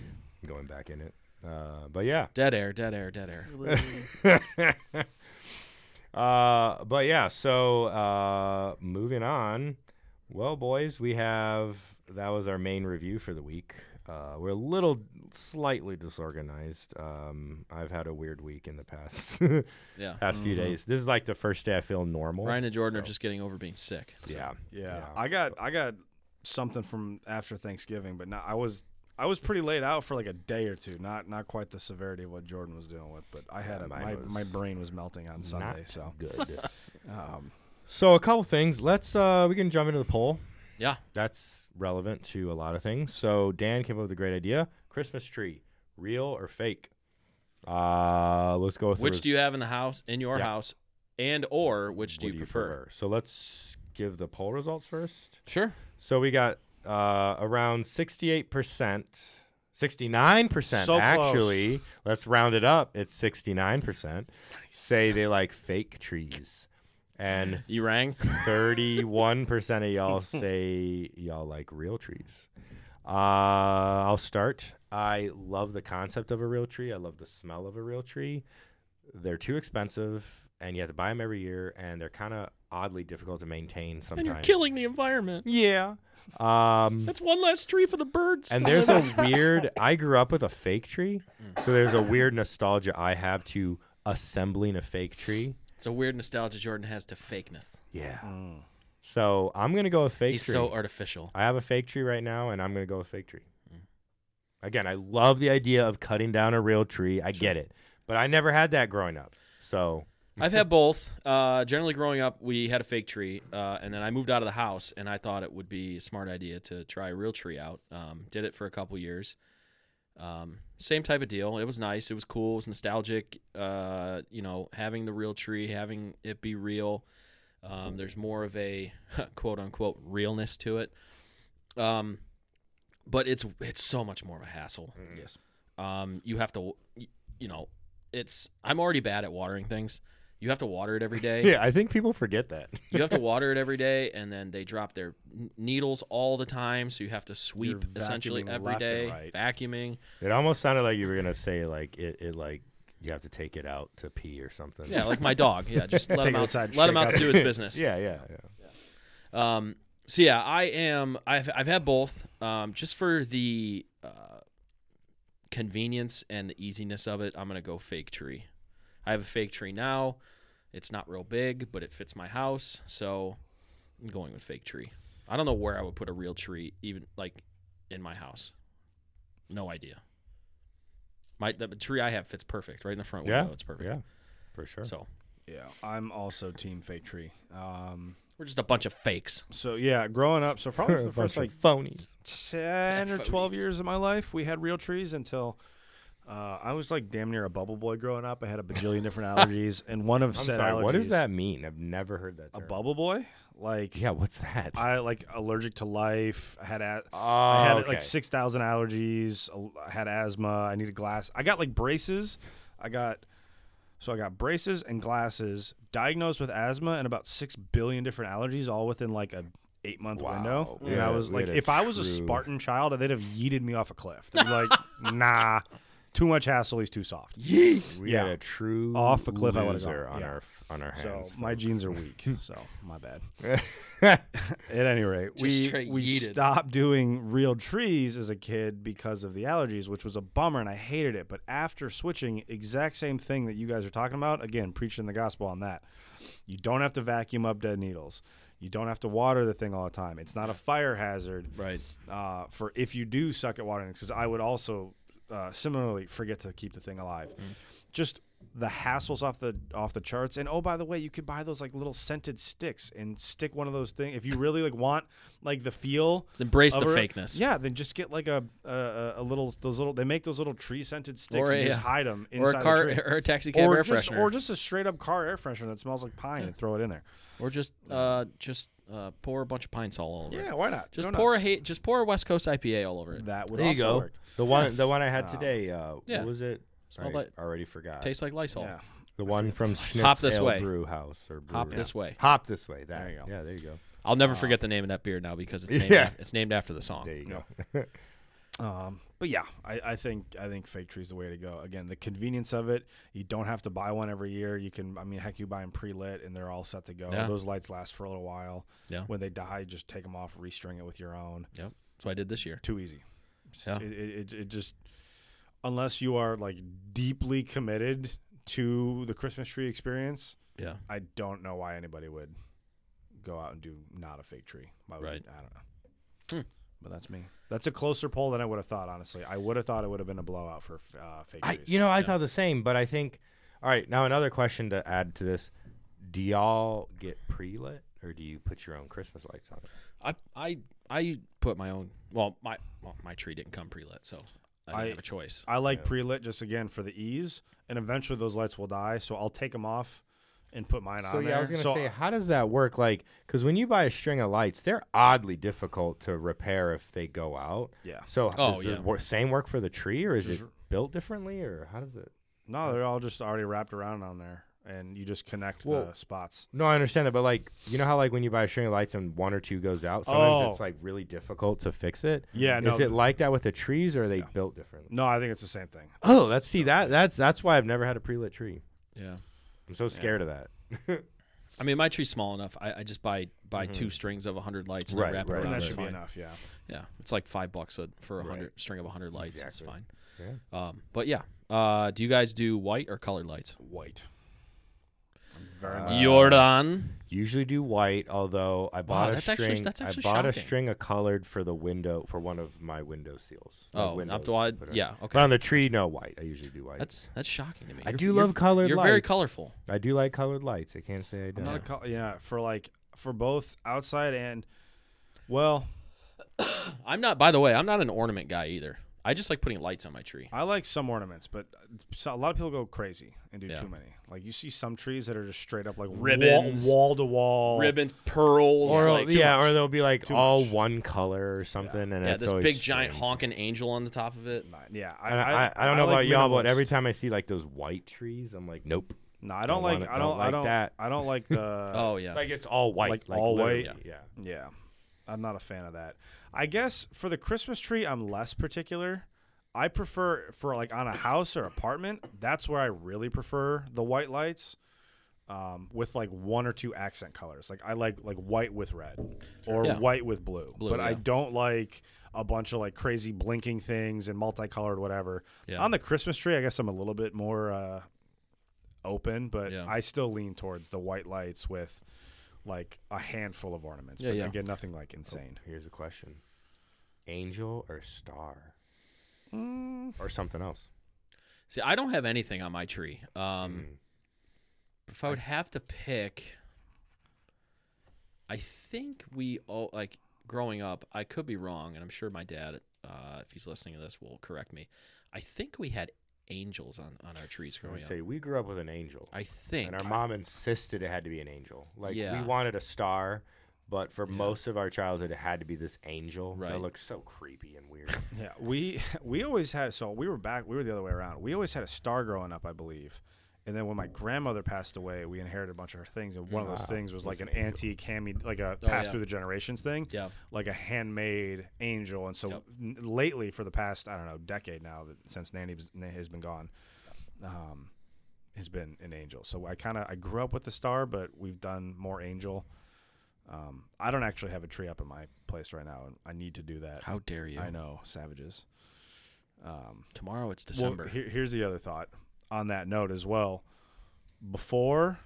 S3: I'm going back in it. Uh, but yeah,
S1: dead air, dead air, dead air.
S3: uh, but yeah. So uh, moving on. Well, boys, we have that was our main review for the week. Uh, we're a little slightly disorganized. Um, I've had a weird week in the past
S1: Yeah, mm-hmm.
S3: past few days. This is like the first day I feel normal.
S1: Ryan and Jordan are
S3: so-
S1: just getting over being sick. so-
S3: yeah,
S4: yeah, I got I got something from after Thanksgiving, but not, I was I was pretty laid out for like a day or two. Not not quite the severity of what Jordan was dealing with, but I had
S3: Yeah,
S4: a,
S3: mine
S4: my
S3: was
S4: my brain was melting on Sunday.
S3: not
S4: So
S3: good.
S4: um,
S3: so a couple things. Let's uh, we can jump into the poll.
S1: yeah.
S3: that's relevant to a lot of things. So Dan came up with a great idea: Christmas tree, real or fake? Uh, let's go with
S1: Which do you have in the house, in your
S3: Yeah.
S1: house, and or which
S3: what
S1: do you, prefer?
S3: So let's give the poll results first.
S1: Sure.
S3: So we got uh, around sixty-eight percent. 69%
S4: So close.
S3: actually let's round it up it's 69% say they like fake trees and
S1: You rang.
S3: 31% of y'all say y'all like real trees. Uh, I'll start. I love the concept of a real tree. I love the smell of a real tree. They're too expensive, and you have to buy them every year, and they're kind of oddly difficult to maintain sometimes.
S1: And you're killing the environment.
S3: Yeah. Um,
S1: That's one less tree for the birds.
S3: and
S1: to
S3: there's
S1: live
S3: a weird. I grew up with a fake tree,
S1: Mm.
S3: so there's a weird nostalgia I have to assembling a fake tree.
S1: in. it's a weird nostalgia Jordan has to fakeness.
S3: Yeah. So I'm gonna go with fake
S1: He's
S3: tree.
S1: so artificial.
S3: I have a fake tree right now, and I'm gonna go with fake tree.
S4: Mm.
S3: Again, I love the idea of cutting down a real tree. I get it, but I never had that growing up. So
S1: I've had both. Uh, generally, growing up, we had a fake tree, uh, and then I moved out of the house, and I thought it would be a smart idea to try a real tree out. Um, did it for a couple years. Um, same type of deal. It was nice. It was cool. It was nostalgic. Uh, you know, having the real tree, having it be real. Um, there's more of a quote unquote realness to it. Um, but it's it's so much more of a hassle.
S4: yes,
S1: Um, you have to, you know, it's. I'm already bad at watering things. You have to water it every day.
S3: yeah, I think people forget that.
S1: You have to water it every day, and then they drop their n- needles all the time. So you have to sweep
S4: You're
S1: essentially
S4: vacuuming
S1: every
S4: left and
S1: day,
S4: right.
S1: vacuuming.
S3: It almost sounded like you were gonna say like it, it like you have to take it out to pee or something.
S1: Yeah, like my dog. Yeah, just let
S4: Take
S1: him
S4: it
S1: out.
S4: outside,
S1: let him
S4: shake
S1: out
S4: out
S1: to do his business.
S3: yeah, yeah, yeah.
S1: Um, so yeah, I am. I've I've had both. Um, just for the uh, convenience and the easiness of it, I'm gonna go fake tree. I have a fake tree now. It's not real big, but it fits my house, so I'm going with fake tree. I don't know where I would put a real tree, even like in my house. No idea. My the tree I have fits perfect right in the front window.
S3: Yeah,
S1: it's perfect.
S3: yeah, for sure.
S1: So
S4: yeah. I'm also team fake tree. Um,
S1: we're just a bunch of fakes.
S4: so yeah, growing up, so probably
S3: We're
S4: for
S3: a
S4: the first
S3: bunch
S4: like
S3: of phonies.
S4: 10 or 12
S1: Phonies.
S4: years of my life, we had real trees until uh, I was like damn near a bubble boy growing up. I had a bajillion different allergies, and one of
S3: I'm
S4: said
S3: sorry.
S4: allergies.
S3: What does that mean? I've never heard that.
S4: A
S3: term.
S4: bubble boy? Like,
S3: Yeah, what's that?
S4: I like allergic to life. I had, a-
S3: oh,
S4: I had
S3: okay.
S4: like 6,000 allergies. al- I had asthma. I needed glass. I got like braces. I got, so I got braces and glasses, diagnosed with asthma and about 6 billion different allergies all within like a eight month
S3: Wow.
S4: window.
S3: We
S4: And I
S3: had a-
S4: was
S3: we
S4: like,
S3: had a
S4: if I was a
S3: true-
S4: Spartan child, they'd have yeeted me off a cliff. They'd be like, nah, too much hassle. He's too soft.
S3: We
S4: Yeah.
S3: had a true
S4: Off a cliff I would've
S3: loser
S4: gone.
S3: on
S4: Yeah.
S3: our f- on our
S4: So
S3: hands.
S4: my genes are weak. So my bad. At any rate,
S1: Just
S4: we
S1: straight
S4: we
S1: yeeted.
S4: stopped doing real trees as a kid because of the allergies, which was a bummer, and I hated it. But after switching, exact same thing that you guys are talking about. Again, preaching the gospel on that. You don't have to vacuum up dead needles. You don't have to water the thing all the time. It's not a fire hazard
S1: Right.
S4: uh, for if you do suck at watering because I would also uh, similarly forget to keep the thing alive.
S1: Mm-hmm.
S4: Just the hassles off the off the charts. And oh, by the way, you could buy those like little scented sticks and stick one of those things if you really like want like the feel.
S1: Embrace the
S4: of a-
S1: fakeness.
S4: Yeah, then just get like a a- a, a little those little they make those little tree scented sticks
S1: Or
S4: and
S1: a,
S4: just
S1: uh,
S4: hide them
S1: Or
S4: inside
S1: a car
S4: the tree.
S1: or a taxi cab air
S4: just,
S1: freshener.
S4: or just a straight up car air freshener that smells like pine and throw it in there.
S1: Or just uh, just uh, pour a bunch of pine sol all over.
S4: Yeah,
S1: it.
S4: why not?
S1: Just
S4: Go
S1: pour a
S4: nuts.
S1: ha- just pour a West Coast IPA all over it.
S4: That would
S3: There you
S4: also
S3: go.
S4: work.
S3: The one, the one I had today. Uh,
S1: Um, Yeah.
S3: What was it?
S1: Smelled
S3: I
S1: like-
S3: already forgot.
S1: Tastes like Lysol.
S4: Yeah.
S3: The one from Schnitz
S1: Hop this
S3: Ale
S1: way.
S3: Brew House or
S1: Hop
S3: brewery.
S1: this way.
S3: Hop this way. That.
S4: There you go.
S3: Yeah, there you go.
S1: I'll never forget the name of that beer now because it's named,
S3: Yeah.
S1: af- it's named after the song.
S3: There you go.
S4: Um, but yeah, I, I think I think fake tree is the way to go. Again, the convenience of it. You don't have to buy one every year. You can, I mean, heck, you buy them pre lit and they're all set to go.
S1: Yeah.
S4: Those lights last for a little while.
S1: Yeah.
S4: When they die, just take them off, restring it with your own.
S1: Yep. That's what I did this year.
S4: Too easy. It's-
S1: Yeah.
S4: It, it, it, it just unless you are like deeply committed to the Christmas tree experience,
S1: Yeah.
S4: I don't know why anybody would go out and do not a fake tree. Why would
S1: Right.
S4: You, I don't know. But that's me. That's a closer poll than I would have thought. Honestly, I would have thought it would have been a blowout for uh, fake
S3: I,
S4: trees.
S3: you know, I thought the same, but I think. All right, now another question to add to this: Do y'all get pre-lit, or do you put your own Christmas lights on? It?
S1: I I I put my own. Well, my well, my tree didn't come pre-lit, so I didn't
S4: I-
S1: have a choice.
S4: I like pre lit just again for the ease, and eventually those lights will die. So I'll take them off and put mine
S3: So
S4: on.
S3: yeah,
S4: there.
S3: I was gonna
S4: So uh,
S3: say, how does that work? Like, because when you buy a string of lights, they're oddly difficult to repair if they go out.
S4: Yeah.
S3: So
S1: Oh,
S3: does
S1: yeah.
S3: the wor- same work for the tree, or is it built differently, or how does it?
S4: No, they're all just already wrapped around on there, and you just connect the
S3: Well-
S4: spots.
S3: No, I understand that, but like, you know how like when you buy a string of lights and one or two goes out, sometimes it's
S4: Oh.
S3: like really difficult to fix it.
S4: Yeah,
S3: Is
S4: no,
S3: it like that with the trees, or are they built differently?
S4: No, I think it's the same thing.
S3: Oh, that's see that that's that's why I've never had a pre-lit tree.
S1: Yeah.
S3: I'm so scared of that.
S1: I mean, my tree's small enough. I, I just buy buy two strings of hundred lights Mm-hmm. and I
S3: Right,
S1: wrap
S3: right.
S1: it
S4: And
S1: around.
S4: that
S1: That's
S4: should be
S1: fine.
S4: enough. Yeah.
S1: Yeah, it's like five bucks a, for a hundred string of hundred lights.
S3: Exactly.
S1: It's fine. Um, but yeah, uh, do you guys do white or colored lights?
S4: White. I'm very much.
S1: Jordan.
S3: Usually do white, although I bought a
S1: that's
S3: string.
S1: actually- that's actually
S3: I bought
S1: shocking.
S3: a string of colored for the window for one of my window seals. my
S1: Oh,
S3: windows,
S1: up to I,
S3: whatever.
S1: yeah. Okay.
S3: But uh, on the tree, no white. I usually do white.
S1: That's that's shocking to me.
S3: I
S1: You're-
S3: do
S1: you're-
S3: love colored
S1: You're very
S3: lights.
S1: colorful.
S3: I do like colored lights. I can't say I don't.
S4: Not a col- yeah, for like for both outside and well,
S1: I'm not. By the way, I'm not an ornament guy either. I just like putting lights on my tree.
S4: I like some ornaments, but uh, so a lot of people go crazy and do
S1: Yeah.
S4: too many. Like you see some trees that are just straight up like
S1: Ribbons.
S4: wall to wall.
S1: Ribbons, pearls,
S3: or
S1: like,
S3: yeah,
S4: much.
S3: or they'll be like
S4: Too
S3: all
S4: much.
S3: one color or something, and
S1: yeah,
S3: it's
S1: this
S3: always
S1: big giant
S3: strange.
S1: honking angel on the top of it.
S4: Yeah, I,
S3: And I,
S4: I,
S3: I, I don't know
S4: like
S3: about y'all, but
S4: minimalist.
S3: every time I see like those white trees, I'm like, nope.
S4: no, I don't,
S3: don't
S4: like
S3: want it,
S4: I don't,
S3: don't
S4: I
S3: like
S4: don't
S3: that.
S4: I don't like the
S1: Oh yeah,
S3: Like it's all white,
S4: Like, all white?
S3: literally, Yeah.
S4: Yeah. I'm not a fan of that. I guess for the Christmas tree, I'm less particular. I prefer for like on a house or apartment, that's where I really prefer the white lights. Um, with like one or two accent colors. Like I like like white with red or
S1: Yeah.
S4: white with blue.
S1: Blue,
S4: but I
S1: yeah.
S4: don't like a bunch of like crazy blinking things and multicolored whatever.
S1: Yeah.
S4: On the Christmas tree, I guess I'm a little bit more uh open, but
S1: Yeah.
S4: I still lean towards the white lights with like a handful of ornaments.
S1: Yeah,
S4: but
S1: yeah.
S4: again, nothing like insane.
S3: Here's a question: angel or star,
S1: Mm.
S3: or something else?
S1: See, I don't have anything on my tree. Um,
S3: Hmm.
S1: If I would have to pick, I think we all like growing up. I could be wrong, and I'm sure my dad, uh, if he's listening to this, will correct me. I think we had angels on on our trees
S3: I
S1: growing
S3: would
S1: up.
S3: say we grew up with an angel,
S1: Oh, I think.
S3: and our mom insisted it had to be an angel. Like
S1: Yeah.
S3: we wanted a star, but for most of our childhood, it had to be this angel
S1: Right.
S3: that looked so creepy and weird.
S4: Yeah, we we always had so we were back we were the other way around. We always had a star growing up, I believe. And then when my grandmother passed away, we inherited a bunch of her things, and one of
S1: Ah,
S4: those things was like an antique hammy, like a pass
S1: Oh, yeah.
S4: through the generations thing,
S1: Yeah.
S4: like a handmade angel. And so
S1: Yep.
S4: n- lately, for the past I don't know decade now, that since Nanny was- Nan- has been gone, um, has been an angel. So I kind of I grew up with the star, but we've done more angel. Um, I don't actually have a tree up in my place right now, and I need to do that.
S1: How dare you?
S4: I know, savages. Um,
S1: Tomorrow it's
S4: Well,
S1: December.
S4: here, here's the other thought on that note as well. Before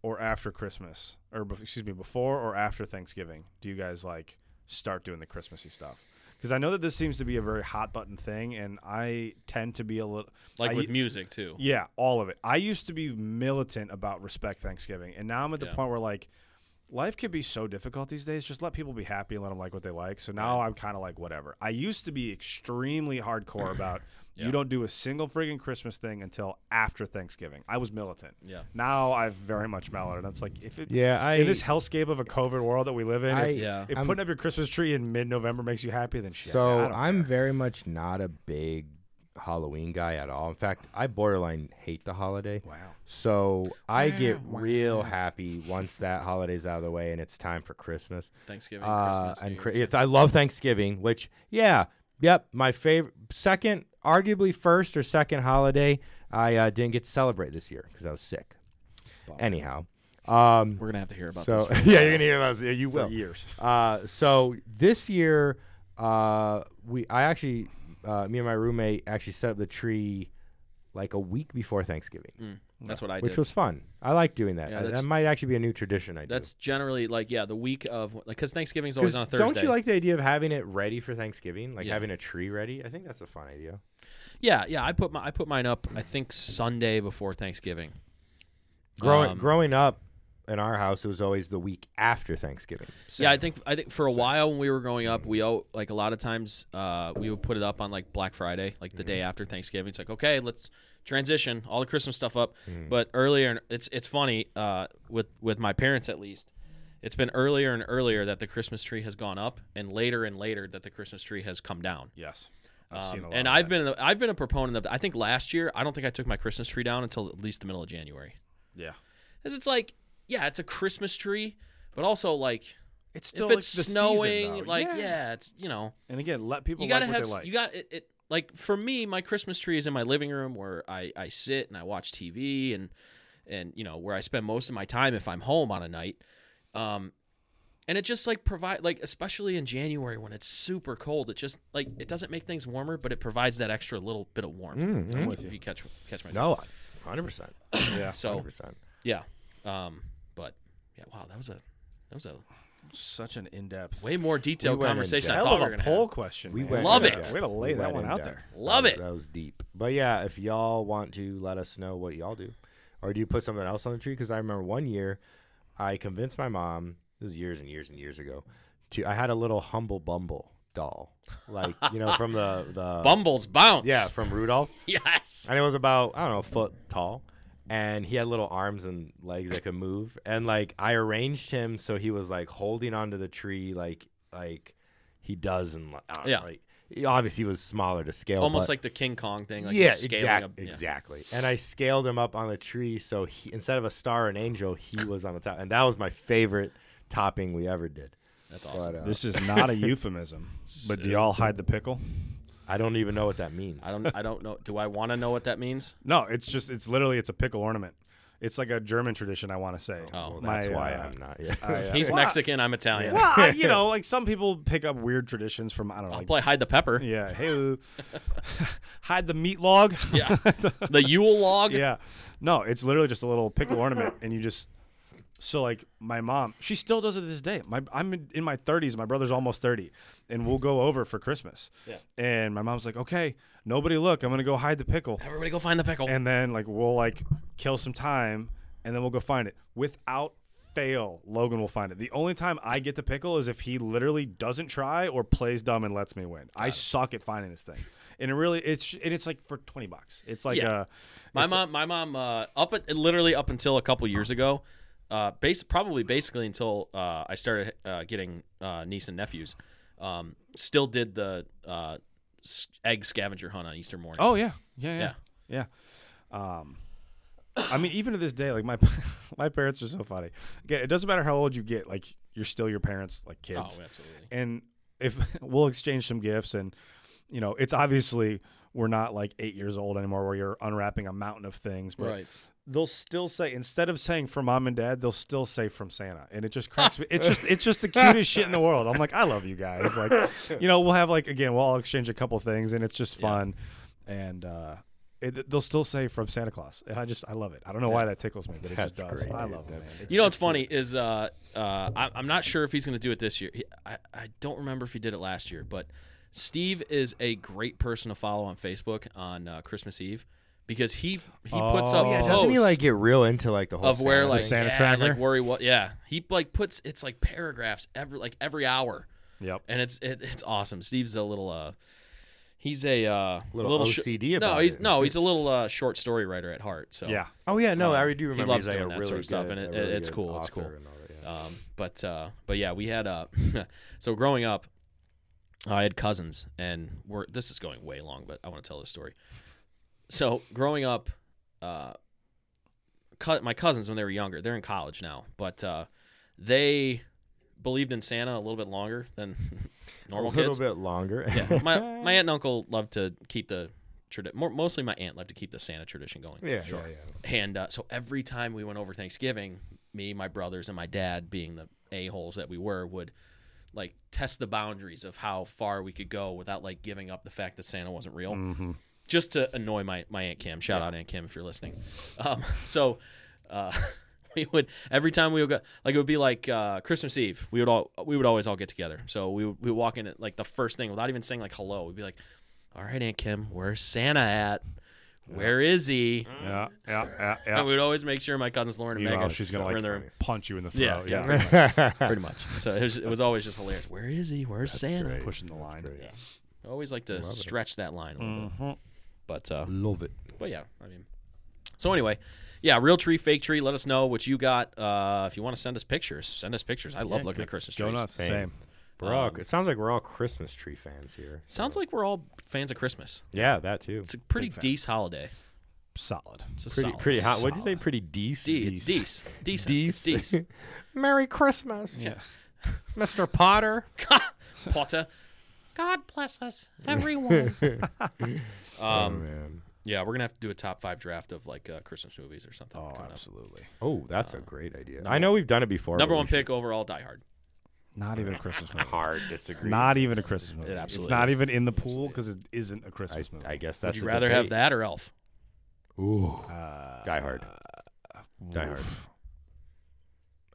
S4: or after Christmas, or bef- excuse me, before or after Thanksgiving, do you guys like start doing the Christmassy stuff? Because I know that this seems to be a very hot button thing, and I tend to be a little
S1: like
S4: I-
S1: with music too.
S4: yeah, all of it. I used to be militant about respect Thanksgiving, and now I'm at the
S1: Yeah.
S4: point where like life could be so difficult these days. Just let people be happy and let them like what they like. So now I'm kind of like whatever. I used to be extremely hardcore about
S1: Yeah.
S4: you don't do a single friggin' Christmas thing until after Thanksgiving. I was militant.
S1: Yeah.
S4: Now I've very much mellowed, and it's like if it
S3: Yeah, I-
S4: in this hellscape of a COVID world that we live in,
S3: I-
S4: if,
S1: Yeah.
S4: if
S3: I'm-
S4: putting up your Christmas tree in mid November makes you happy, then shit.
S3: So
S4: man, I don't
S3: I'm
S4: care.
S3: very much not a big Halloween guy at all. In fact, I borderline hate the holiday.
S4: Wow.
S3: So I get real happy once that holiday's out of the way and it's time for Christmas.
S1: Thanksgiving,
S3: Uh,
S1: Christmas,
S3: and
S1: New
S3: Chri-
S1: Year's.
S3: yes, I love Thanksgiving, which yeah, yep, my favorite, second, arguably first or second holiday I uh, didn't get to celebrate this year because I was sick. Anyhow, um,
S1: We're gonna have to hear about
S3: so
S1: this.
S3: yeah, you're gonna hear about this. Yeah, you will.
S4: years.
S3: Uh, so this year, uh, we I actually, uh, me and my roommate actually set up the tree like a week before Thanksgiving,
S1: That's what I
S3: which
S1: did.
S3: was fun. I like doing that.
S1: Yeah,
S3: Uh, that
S1: that's-
S3: might actually be a new tradition. I do.
S1: That's generally like yeah, the week of like because Thanksgiving's always
S3: 'Cause
S1: on a Thursday.
S3: don't you like the idea of having it ready for Thanksgiving, like
S1: Yeah.
S3: having a tree ready? I think that's a fun idea.
S1: Yeah, yeah. I put my I put mine up. I think Sunday before Thanksgiving.
S3: Growing
S1: Um,
S3: growing up in our house, it was always the week after Thanksgiving.
S1: Yeah, I think I think for a while when we were growing up, we all like a lot of times uh, we would put it up on like Black Friday, like the day
S4: Mm-hmm.
S1: after Thanksgiving. It's like okay, let's transition all the Christmas stuff up.
S4: Mm-hmm.
S1: But earlier, and it's it's funny uh, with with my parents at least. It's been earlier and earlier that the Christmas tree has gone up, and later and later that the Christmas tree has come down.
S4: Yes. I've
S1: Um,
S4: seen a lot
S1: and
S4: of
S1: I've
S4: that.
S1: been a- I've been a proponent of. I think last year I don't think I took my Christmas tree down until at least the middle of January,
S4: Yeah.
S1: because it's like yeah, it's a Christmas tree, but also like
S4: It's still
S1: if it's
S4: like the
S1: snowing,
S4: season, though.
S1: like yeah. it's you know
S4: And again, let people
S1: you gotta
S4: like
S1: have
S4: what they
S1: s-
S4: like.
S1: you got it, it. Like for me, my Christmas tree is in my living room where I I sit and I watch TV and and you know where I spend most of my time if I'm home on a night. Um, and it just like provide like especially in January when it's super cold, it just like it doesn't make things warmer, but it provides that extra little bit of warmth.
S4: Mm,
S3: Mhm.
S1: If you catch catch my
S3: No, hundred percent,
S4: yeah.
S1: so
S3: hundred percent.
S1: yeah, um, but yeah, wow, that was a that was a
S4: Such an in-depth.
S1: way more detailed
S3: went in
S1: conversation I
S3: depth.
S1: thought
S4: Hell
S1: we were
S4: of a
S1: gonna
S4: poll
S1: have.
S4: question.
S3: We
S4: man.
S3: went
S1: Love
S4: Yeah.
S1: it.
S4: Way to lay that one out there.
S1: Love
S3: That was-
S1: it.
S3: That was deep. But yeah, if y'all want to let us know what y'all do, or do you put something else on the tree? Because I remember one year, I convinced my mom. This was years and years and years ago. To I had a little humble bumble doll, like you know from the the
S1: Bumbles bounce.
S3: yeah from Rudolph,
S1: Yes.
S3: and it was about I don't know a foot tall, and he had little arms and legs that could move, and like I arranged him so he was like holding onto the tree like like he does and
S1: Yeah.
S3: like he obviously was smaller to scale,
S1: Almost
S3: but-
S1: like the King Kong thing. Like
S3: yeah,
S1: scaling
S3: exactly.
S1: up. yeah.
S3: Exactly. And I scaled him up on the tree, so he, instead of a star or an angel, he was on the top. And that was my favorite topping we ever did.
S1: That's awesome.
S3: But, uh,
S4: This is not a euphemism, but do y'all hide the pickle?
S3: I don't even know what that means.
S1: I don't. I don't know. Do I want to know what that means?
S4: No, it's just it's literally it's a pickle ornament. It's like a German tradition, I want to say.
S1: Oh, well,
S3: That's
S4: My,
S3: why
S4: uh,
S3: I'm not. Yeah.
S4: I, uh,
S1: He's
S4: well,
S1: Mexican. I'm Italian.
S4: Well, I- you know, like some people pick up weird traditions from I don't know.
S1: I'll
S4: Like,
S1: play hide the pepper.
S4: yeah, hey, hide the meat log.
S1: Yeah. the Yule log.
S4: yeah. No, it's literally just a little pickle ornament, and you just. So like my mom, she still does it to this day. My I'm in, in my 30s. My brother's almost 30, and we'll go over for Christmas.
S1: Yeah.
S4: And my mom's like, "Okay, nobody look. I'm gonna go hide the pickle."
S1: Everybody go find the pickle.
S4: and then like we'll like kill some time and then we'll go find it without fail logan will find it the only time i get the pickle is if he literally doesn't try or plays dumb and lets me win i suck at finding this thing and it really it's and it's like for 20 bucks it's like
S1: Yeah.
S4: uh
S1: my mom. my mom. Uh, up at, literally up until a couple years ago. Uh, base probably basically until uh, I started uh, getting uh, niece and nephews. Um, still did the uh, s- egg scavenger hunt on Easter morning.
S4: Oh yeah, yeah, yeah, yeah. Um, I mean, even to this day, like my my parents are so funny. Again, it doesn't matter how old you get; like you're still your parents, like kids.
S1: Oh, absolutely.
S4: And if we'll exchange some gifts, and you know, it's obviously we're not like eight years old anymore, where you're unwrapping a mountain of things. But
S1: Right.
S4: they'll still say instead of saying from mom and dad, they'll still say from Santa, and it just cracks me. It's just it's just the cutest shit in the world. I'm like, I love you guys. Like, you know, we'll have like again, we'll all exchange a couple things, and it's just fun. And uh, it, they'll still say from Santa Claus, and I just I love it. I don't know why that tickles me, but it just
S3: That's
S4: does.
S3: great,
S4: I
S3: dude.
S4: love it. Man.
S3: That's-
S4: It's-
S1: You know what's funny is uh, uh, I, I'm not sure if he's going to do it this year. He, I, I don't remember if he did it last year, but Steve is a great person to follow on Facebook on uh, Christmas Eve because he he puts up
S4: Oh. Yeah,
S1: posts
S3: Doesn't he like get real into like the whole
S1: of where
S3: Santa
S1: like
S3: thing?
S4: Santa
S1: yeah,
S4: tracker?
S1: like where he was. Yeah, he like puts it's like paragraphs every like every hour,
S4: Yep.
S1: and it's it, it's awesome. Steve's a little uh. He's a uh,
S3: Little
S1: sh-
S3: OCD
S1: no,
S3: about
S1: he's
S3: it.
S1: no, he's a little uh, short story writer at heart. So
S4: Yeah.
S3: Oh yeah, no,
S1: Um,
S3: I
S1: he
S3: do remember.
S1: loves
S3: he's, like,
S1: doing
S3: a
S1: that
S3: really
S1: sort of stuff,
S3: good-
S1: and it-
S3: a really
S1: it's
S3: good
S1: cool, it's
S3: author
S1: cool.
S3: and all that, yeah.
S1: Um, but uh, but yeah, we had uh, so growing up, I had cousins, and we're this is going way long, but I want to tell this story. So growing up, uh, cou- my cousins when they were younger, they're in college now, but uh, they believed in Santa a little bit longer than normal
S3: a little
S1: kids.
S3: bit longer.
S1: Yeah, my my aunt and uncle love to keep the tradition. Mostly, my aunt loved to keep the Santa tradition going.
S3: yeah, sure. yeah,
S1: And uh, so every time we went over Thanksgiving, me, my brothers, and my dad, being the a holes that we were, would like test the boundaries of how far we could go without like giving up the fact that Santa wasn't real, just to annoy my my aunt Kim. Shout out Aunt Kim if you're listening. Um, so. Uh, We would every time we would go like it would be like uh, Christmas Eve. We would all we would always all get together. So we would, we would walk in at like the first thing without even saying like hello. We'd be like, "All right, Aunt Kim, where's Santa at? Where is he?"
S4: Yeah, yeah, yeah, yeah.
S1: And we would always make sure my cousins Lauren and
S4: Meanwhile,
S1: Megan
S4: she's gonna
S1: were
S4: like
S1: in
S3: um,
S1: there
S4: punch you in the throat.
S1: Yeah,
S4: Yeah,
S1: yeah.
S4: pretty much.
S1: pretty much. So it was, it was always just hilarious. Where is he? Where's Santa?
S3: great.
S4: pushing the line.
S3: great.
S1: I always like to stretch that line a little
S4: Mm-hmm.
S1: bit. But uh,
S3: Love it.
S1: but yeah, I mean. So anyway, yeah, real tree, fake tree. Let us know what you got. Uh, if you want to send us pictures, send us pictures. I love looking at Christmas
S4: Go
S1: trees.
S4: nuts. Same.
S3: Same. We're all, it sounds like we're all Christmas tree fans here.
S1: Sounds like we're all fans of Christmas.
S3: Yeah, that too.
S1: It's a pretty decent holiday.
S4: Solid.
S1: It's a
S3: pretty
S1: solid.
S3: pretty hot. What'd you say? Pretty decent.
S1: D, it's decent. Decent. It's decent.
S3: Merry Christmas,
S1: Yeah.
S3: Mr. Potter.
S1: Potter. God bless us, everyone.
S3: oh man.
S1: yeah, we're gonna have to do a top five draft of like uh, Christmas movies or something.
S4: Oh,
S1: coming up.
S4: absolutely.
S3: Oh, that's a great idea. I know we've done it before.
S1: Number
S3: but
S1: Uh, one
S3: we
S1: pick overall, Die Hard.
S4: Not even a Christmas
S3: should
S4: movie.
S3: Hard disagree.
S4: Not even a Christmas movie.
S1: absolutely
S4: it's not
S1: is.
S4: even in the pool because it isn't a Christmas movie.
S3: I guess that's.
S1: Would you
S3: a
S1: rather have
S3: debate.
S1: that or Elf?
S3: Ooh.
S4: Uh,
S3: Die Hard.
S1: Uh,
S3: Die Hard.
S4: oof.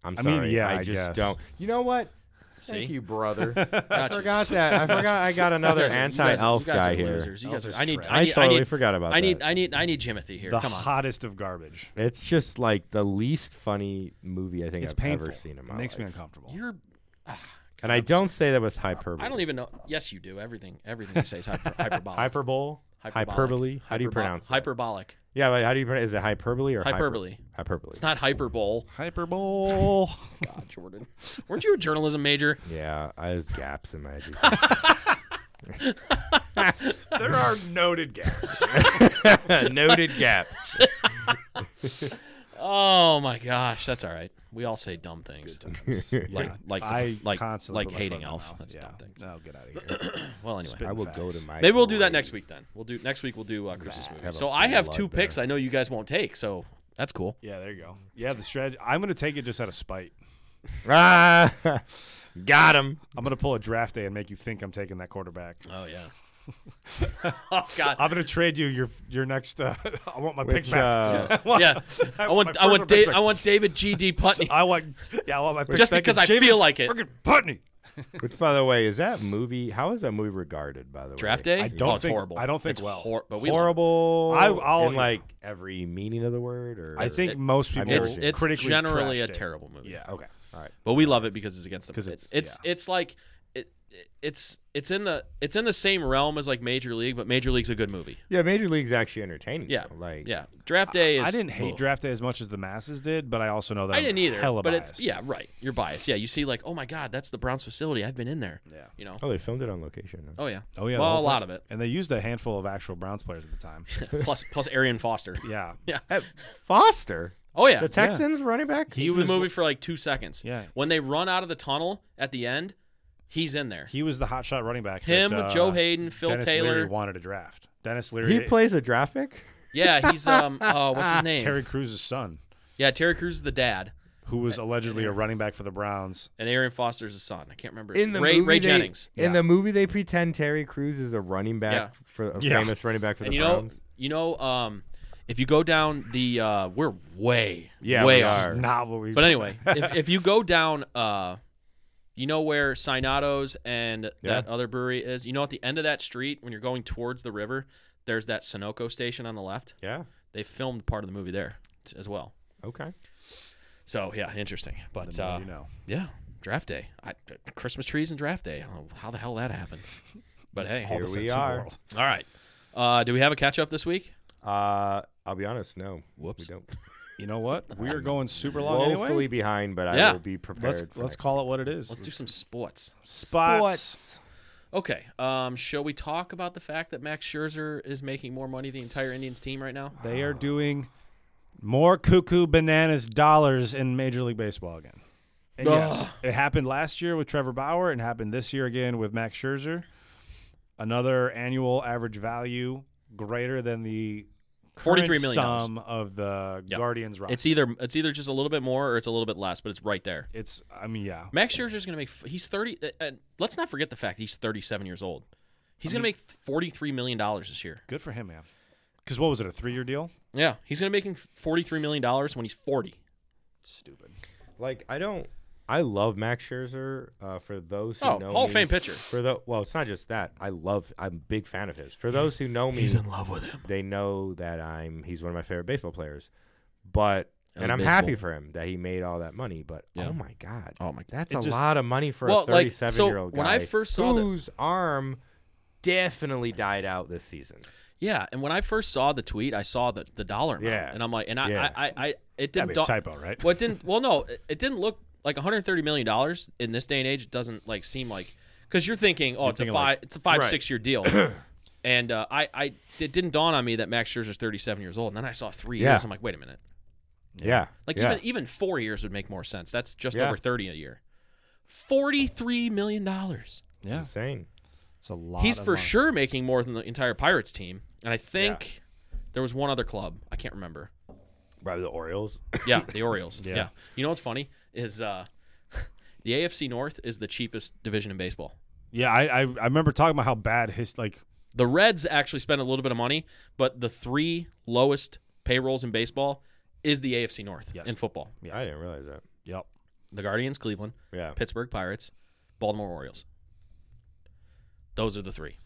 S3: I'm
S4: I mean,
S3: sorry.
S4: yeah, I
S3: just
S4: guess.
S3: don't. You know what?
S1: See,
S3: Thank you, brother. I
S1: Gotcha.
S3: forgot that. I forgot. I got
S1: You
S3: another
S1: guys are- you guys are-
S3: anti-elf
S1: you guys
S3: guy
S1: are
S3: here.
S1: losers. You guys
S4: Elf
S1: are-
S4: is
S1: I need.
S4: trash.
S1: I
S3: I
S1: need. I
S3: totally
S1: need.
S3: forgot about
S1: I need.
S3: that.
S1: I need. I need Jimothy here.
S4: The
S1: Come on.
S4: hottest of garbage.
S3: It's just like the least funny movie I think
S4: It's
S3: I've
S4: painful.
S3: ever seen in my
S4: it makes me
S3: life.
S4: uncomfortable.
S1: You're.
S3: and I don't say that with hyperbole.
S1: I don't even know. Yes, you do. Everything. Everything you say is hyper, hyperbolic.
S3: hyperbole.
S1: Hyperbolic.
S3: Hyperbole. How do you
S1: Hyperbo-
S3: pronounce it?
S1: Hyperbolic.
S3: Yeah, but how do you pronounce? Is it hyperbole or hyper-
S1: Hyperbole.
S3: hyperbole.
S1: It's not hyperbole.
S4: Hyperbole.
S1: God, Jordan. Weren't you a journalism major?
S3: Yeah, I there's gaps in my education.
S4: there are noted gaps.
S3: Noted gaps.
S1: Oh my gosh, that's all right. We all say dumb things. Like like
S4: I
S1: like
S4: constantly
S1: like
S4: put my foot in
S1: hating
S4: my
S1: elf.
S4: mouth.
S1: That's
S4: yeah.
S1: dumb things.
S4: No, get out of here.
S1: Well, anyway.
S3: I will go
S4: Facts.
S3: to my.
S1: Maybe we'll do that
S3: grave.
S1: next week then. We'll do next week. We'll do uh, Christmas movies.
S3: have a
S1: So I have
S3: bloodbath.
S1: two picks. I know you guys won't take, so that's cool.
S4: yeah, there you go. Yeah, the strategy. I'm going to take it just out of spite.
S3: Ah, got him.
S4: I'm going to pull a draft day and make you think I'm taking that quarterback.
S1: Oh yeah. oh God.
S4: I'm going to trade you your your next. Uh, I want my
S3: Which,
S4: pick back.
S3: uh,
S1: yeah. I want
S4: my
S1: I want
S4: personal pick
S1: da-
S4: back.
S1: I want David G D Putney.
S4: I want. Yeah, I want my pick
S1: Just
S4: back.
S1: because
S4: And
S1: I
S4: Jamie
S1: feel like it.
S4: Friggin' Putney.
S3: which, by the way, is that movie? How is that movie regarded? By the way,
S1: Draft day?
S4: I don't
S1: oh, it's
S4: think-
S1: horrible.
S4: I don't think
S1: it's
S4: well.
S1: hor- but we love it.
S3: horrible.
S4: I- I'll-
S3: in like every meaning of the word, or
S4: I think most people.
S1: It's
S3: Horrible.
S1: it's
S4: critically
S1: generally
S4: trashed
S1: a
S4: it.
S1: terrible movie.
S4: Yeah.
S3: Okay, all right.
S1: But we love it because it's against the
S4: 'Cause
S1: it's
S4: it's-
S1: it's, it's like it, it- it's it's in the it's in the same realm as like Major League, but Major League's a good movie.
S3: Yeah, Major League's actually entertaining.
S1: Yeah.
S3: though. like
S1: Yeah. Draft Day is
S4: I didn't hate
S1: ugh.
S4: draft day as much as the masses did, but I also know that
S1: I
S4: I'm
S1: didn't either.
S4: Hella
S1: but it's
S4: biased.
S1: yeah, right. You're biased. Yeah, you see like, "Oh my god, that's the Browns facility. I've been in there." Yeah. You know.
S3: Oh, they filmed it on location. huh?
S1: Oh yeah.
S4: Oh yeah. the
S1: Well, a
S4: whole
S1: lot of
S4: thing.
S1: it.
S4: And they used a handful of actual Browns players at the time.
S1: plus plus Arian Foster.
S4: yeah.
S1: Yeah.
S3: Uh, Foster,
S1: Oh yeah.
S3: the Texans running back.
S1: he's
S4: He
S1: in the
S4: was-
S1: movie for like 2 seconds.
S4: Yeah.
S1: When they run out of the tunnel at the end, he's in there.
S4: He was the hotshot running back.
S1: Him,
S4: that, uh,
S1: Joe Hayden, Phil
S4: Dennis
S1: Taylor.
S4: Leary wanted to draft. Dennis Leary.
S3: he plays a draft pick.
S1: Yeah, he's um oh, what's his name?
S4: Terry Cruz's son,
S1: Yeah, Terry Crews is the dad.
S4: who was allegedly a running back for the Browns.
S1: and Aaron Foster's his son. I can't remember
S3: in the
S1: Ray
S3: movie
S1: Ray
S3: they-
S1: Jennings.
S3: In the movie, they pretend Terry Crews is a running back
S1: Yeah.
S3: for a
S4: Yeah.
S3: famous running back for
S1: And
S3: the
S1: you know,
S3: Browns.
S1: you know, um, if you go down the, uh, we're way,
S3: Yeah,
S1: way
S3: we
S1: off.
S3: are.
S4: Not what we.
S1: But anyway, if, if you go down, uh, you know where Sinatos and
S3: Yeah.
S1: that other brewery is. You know, at the end of that street, when you're going towards the river, there's that Sunoco station on the left.
S3: yeah.
S1: They filmed part of the movie there t- as well.
S3: Okay.
S1: So yeah, interesting. But
S4: The more
S1: uh,
S4: you know.
S1: yeah, draft day, I, Christmas trees and draft day. I don't know how the hell that happened. But hey,
S4: All the
S3: Here we
S4: sense in the
S3: are.
S4: world.
S1: All right. Uh, do we have a catch up this week?
S3: Uh, I'll be honest. No.
S1: Whoops.
S3: We don't.
S4: You know what? We are going super long
S3: Woefully
S4: anyway.
S3: behind, but
S1: Yeah.
S3: I will be prepared.
S4: Let's
S3: for
S4: let's
S3: next
S4: call it what it is.
S1: Let's do some sports.
S4: spots.
S3: Sports.
S1: Okay. Um, shall we talk about the fact that Max Scherzer is making more money than the entire Indians team right now?
S4: They are doing more cuckoo bananas dollars in Major League Baseball again. And yes,
S1: Ugh.
S4: it happened last year with Trevor Bauer, and happened this year again with Max Scherzer. Another annual average value greater than the current
S1: $43 million.
S4: sum of the
S1: Yep.
S4: Guardians. Roster.
S1: It's either it's either just a little bit more or it's a little bit less, but it's right there.
S4: it's I mean yeah
S1: Max Scherzer's going to make. He's thirty. uh, And let's not forget the fact he's thirty-seven years old. He's going to make forty-three million dollars this year.
S4: good for him man. Because what was it a three year deal?
S1: Yeah, he's going to making forty-three million dollars when he's forty.
S4: Stupid.
S3: Like I don't. I love Max Scherzer. Uh, for those who
S1: Oh,
S3: know
S1: Hall of
S3: me-
S1: Fame pitcher.
S3: For the well, it's not just that. I love. I'm a big fan of his. For those who know me,
S1: love with him.
S3: they know that I'm. He's one of my favorite baseball players. But and I'm
S1: baseball.
S3: happy for him that he made all that money. But
S1: Yeah.
S3: oh my god,
S1: Oh my god.
S3: that's
S4: It
S3: a
S4: just-
S3: lot of money for
S1: Well,
S3: a
S1: like,
S3: 37
S1: so
S3: year old guy.
S1: when I first saw the-
S3: whose arm definitely died out this season.
S1: Yeah, and when I first saw the tweet, I saw the the dollar amount,
S3: Yeah.
S1: and I'm like, and I,
S3: Yeah.
S1: I, I, I it
S4: That'd
S1: didn't
S4: be a
S1: do-
S4: typo, right?
S1: Well, it didn't. Well, no, it, it didn't look like 130 million dollars in this day and age. It doesn't like seem like because you're thinking, oh, it's a
S4: thinking,
S1: five,
S4: like-
S1: it's a five
S3: Right.
S1: six year deal. And uh, I, I, it didn't dawn on me that Max Scherzer's 37 years old. And then I saw three
S3: Yeah.
S1: years. I'm like, wait a minute.
S3: Yeah,
S1: Like
S3: yeah.
S1: even even four years would make more sense. That's just
S3: Yeah.
S1: over 30 a year. 43 million dollars.
S4: Yeah,
S3: insane.
S4: it's a lot.
S1: He's
S4: of
S1: for
S4: money.
S1: sure making more than the entire Pirates team. And I think there was one other club. I can't remember.
S3: Probably the Orioles.
S1: Yeah, the Orioles. yeah.
S4: Yeah.
S1: You know what's funny is uh, the AFC North is the cheapest division in baseball.
S4: Yeah, I, I I remember talking about how bad his like
S1: The Reds actually spend a little bit of money, but the three lowest payrolls in baseball is the AFC North
S4: Yes.
S1: in football.
S3: I didn't realize that.
S4: yep.
S1: The Guardians, Cleveland,
S3: Yeah.
S1: Pittsburgh Pirates, Baltimore Orioles. Those are the three.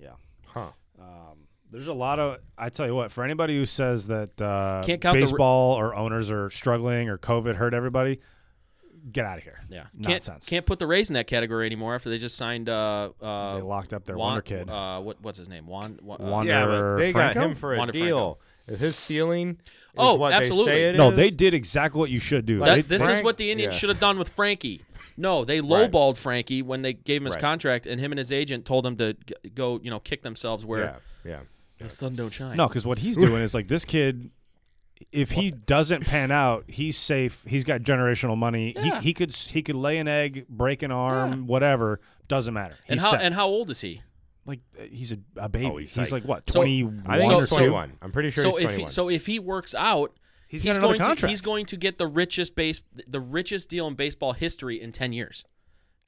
S4: Yeah.
S3: Huh.
S4: Um, There's a lot of I tell you what, for anybody who says that uh,
S1: Can't count the-
S4: baseball or owners are struggling or COVID hurt everybody, get out of here.
S1: Yeah,
S4: Nonsense.
S1: Can't, can't put the Rays in that category anymore after they just signed. Uh, uh,
S4: they locked up their
S1: Juan-
S4: wonder kid.
S1: Uh, what, what's his name? Juan. Juan- uh,
S4: Juan-
S3: Yeah,
S4: Wander
S3: but they got
S4: Franco?
S3: him for a
S1: Wander
S3: deal. If his ceiling is
S1: Oh,
S3: what
S1: absolutely.
S3: they say it
S4: no,
S3: is,
S4: they did exactly what you should do.
S1: That-
S4: They-
S1: this is
S3: Frank-
S1: what the Indians
S3: yeah.
S1: should have done with Frankie. No, they
S3: Right.
S1: lowballed Frankie when they gave him his
S3: Right.
S1: contract, and him and his agent told him to g- go, you know, kick themselves where
S3: Yeah, yeah.
S1: the sun don't shine.
S4: no, because what he's doing is like this kid. If he doesn't pan out, he's safe. He's got generational money.
S1: Yeah.
S4: He, he could s- he could lay an egg, break an arm, whatever. Doesn't matter. He's
S1: and how
S4: set.
S1: and how old is he?
S4: like uh, he's a, a baby.
S3: he's
S4: he's,
S3: like-
S4: like what
S1: So-
S4: twenty one
S3: I think
S1: So-
S3: he's
S1: so-
S3: 21. I'm pretty sure
S1: so
S3: he's
S1: if he,
S3: 21.
S1: so if he works out, he's,
S4: He's got another
S1: going to
S4: contract.
S1: he's going to get the richest base the richest deal in baseball history in ten years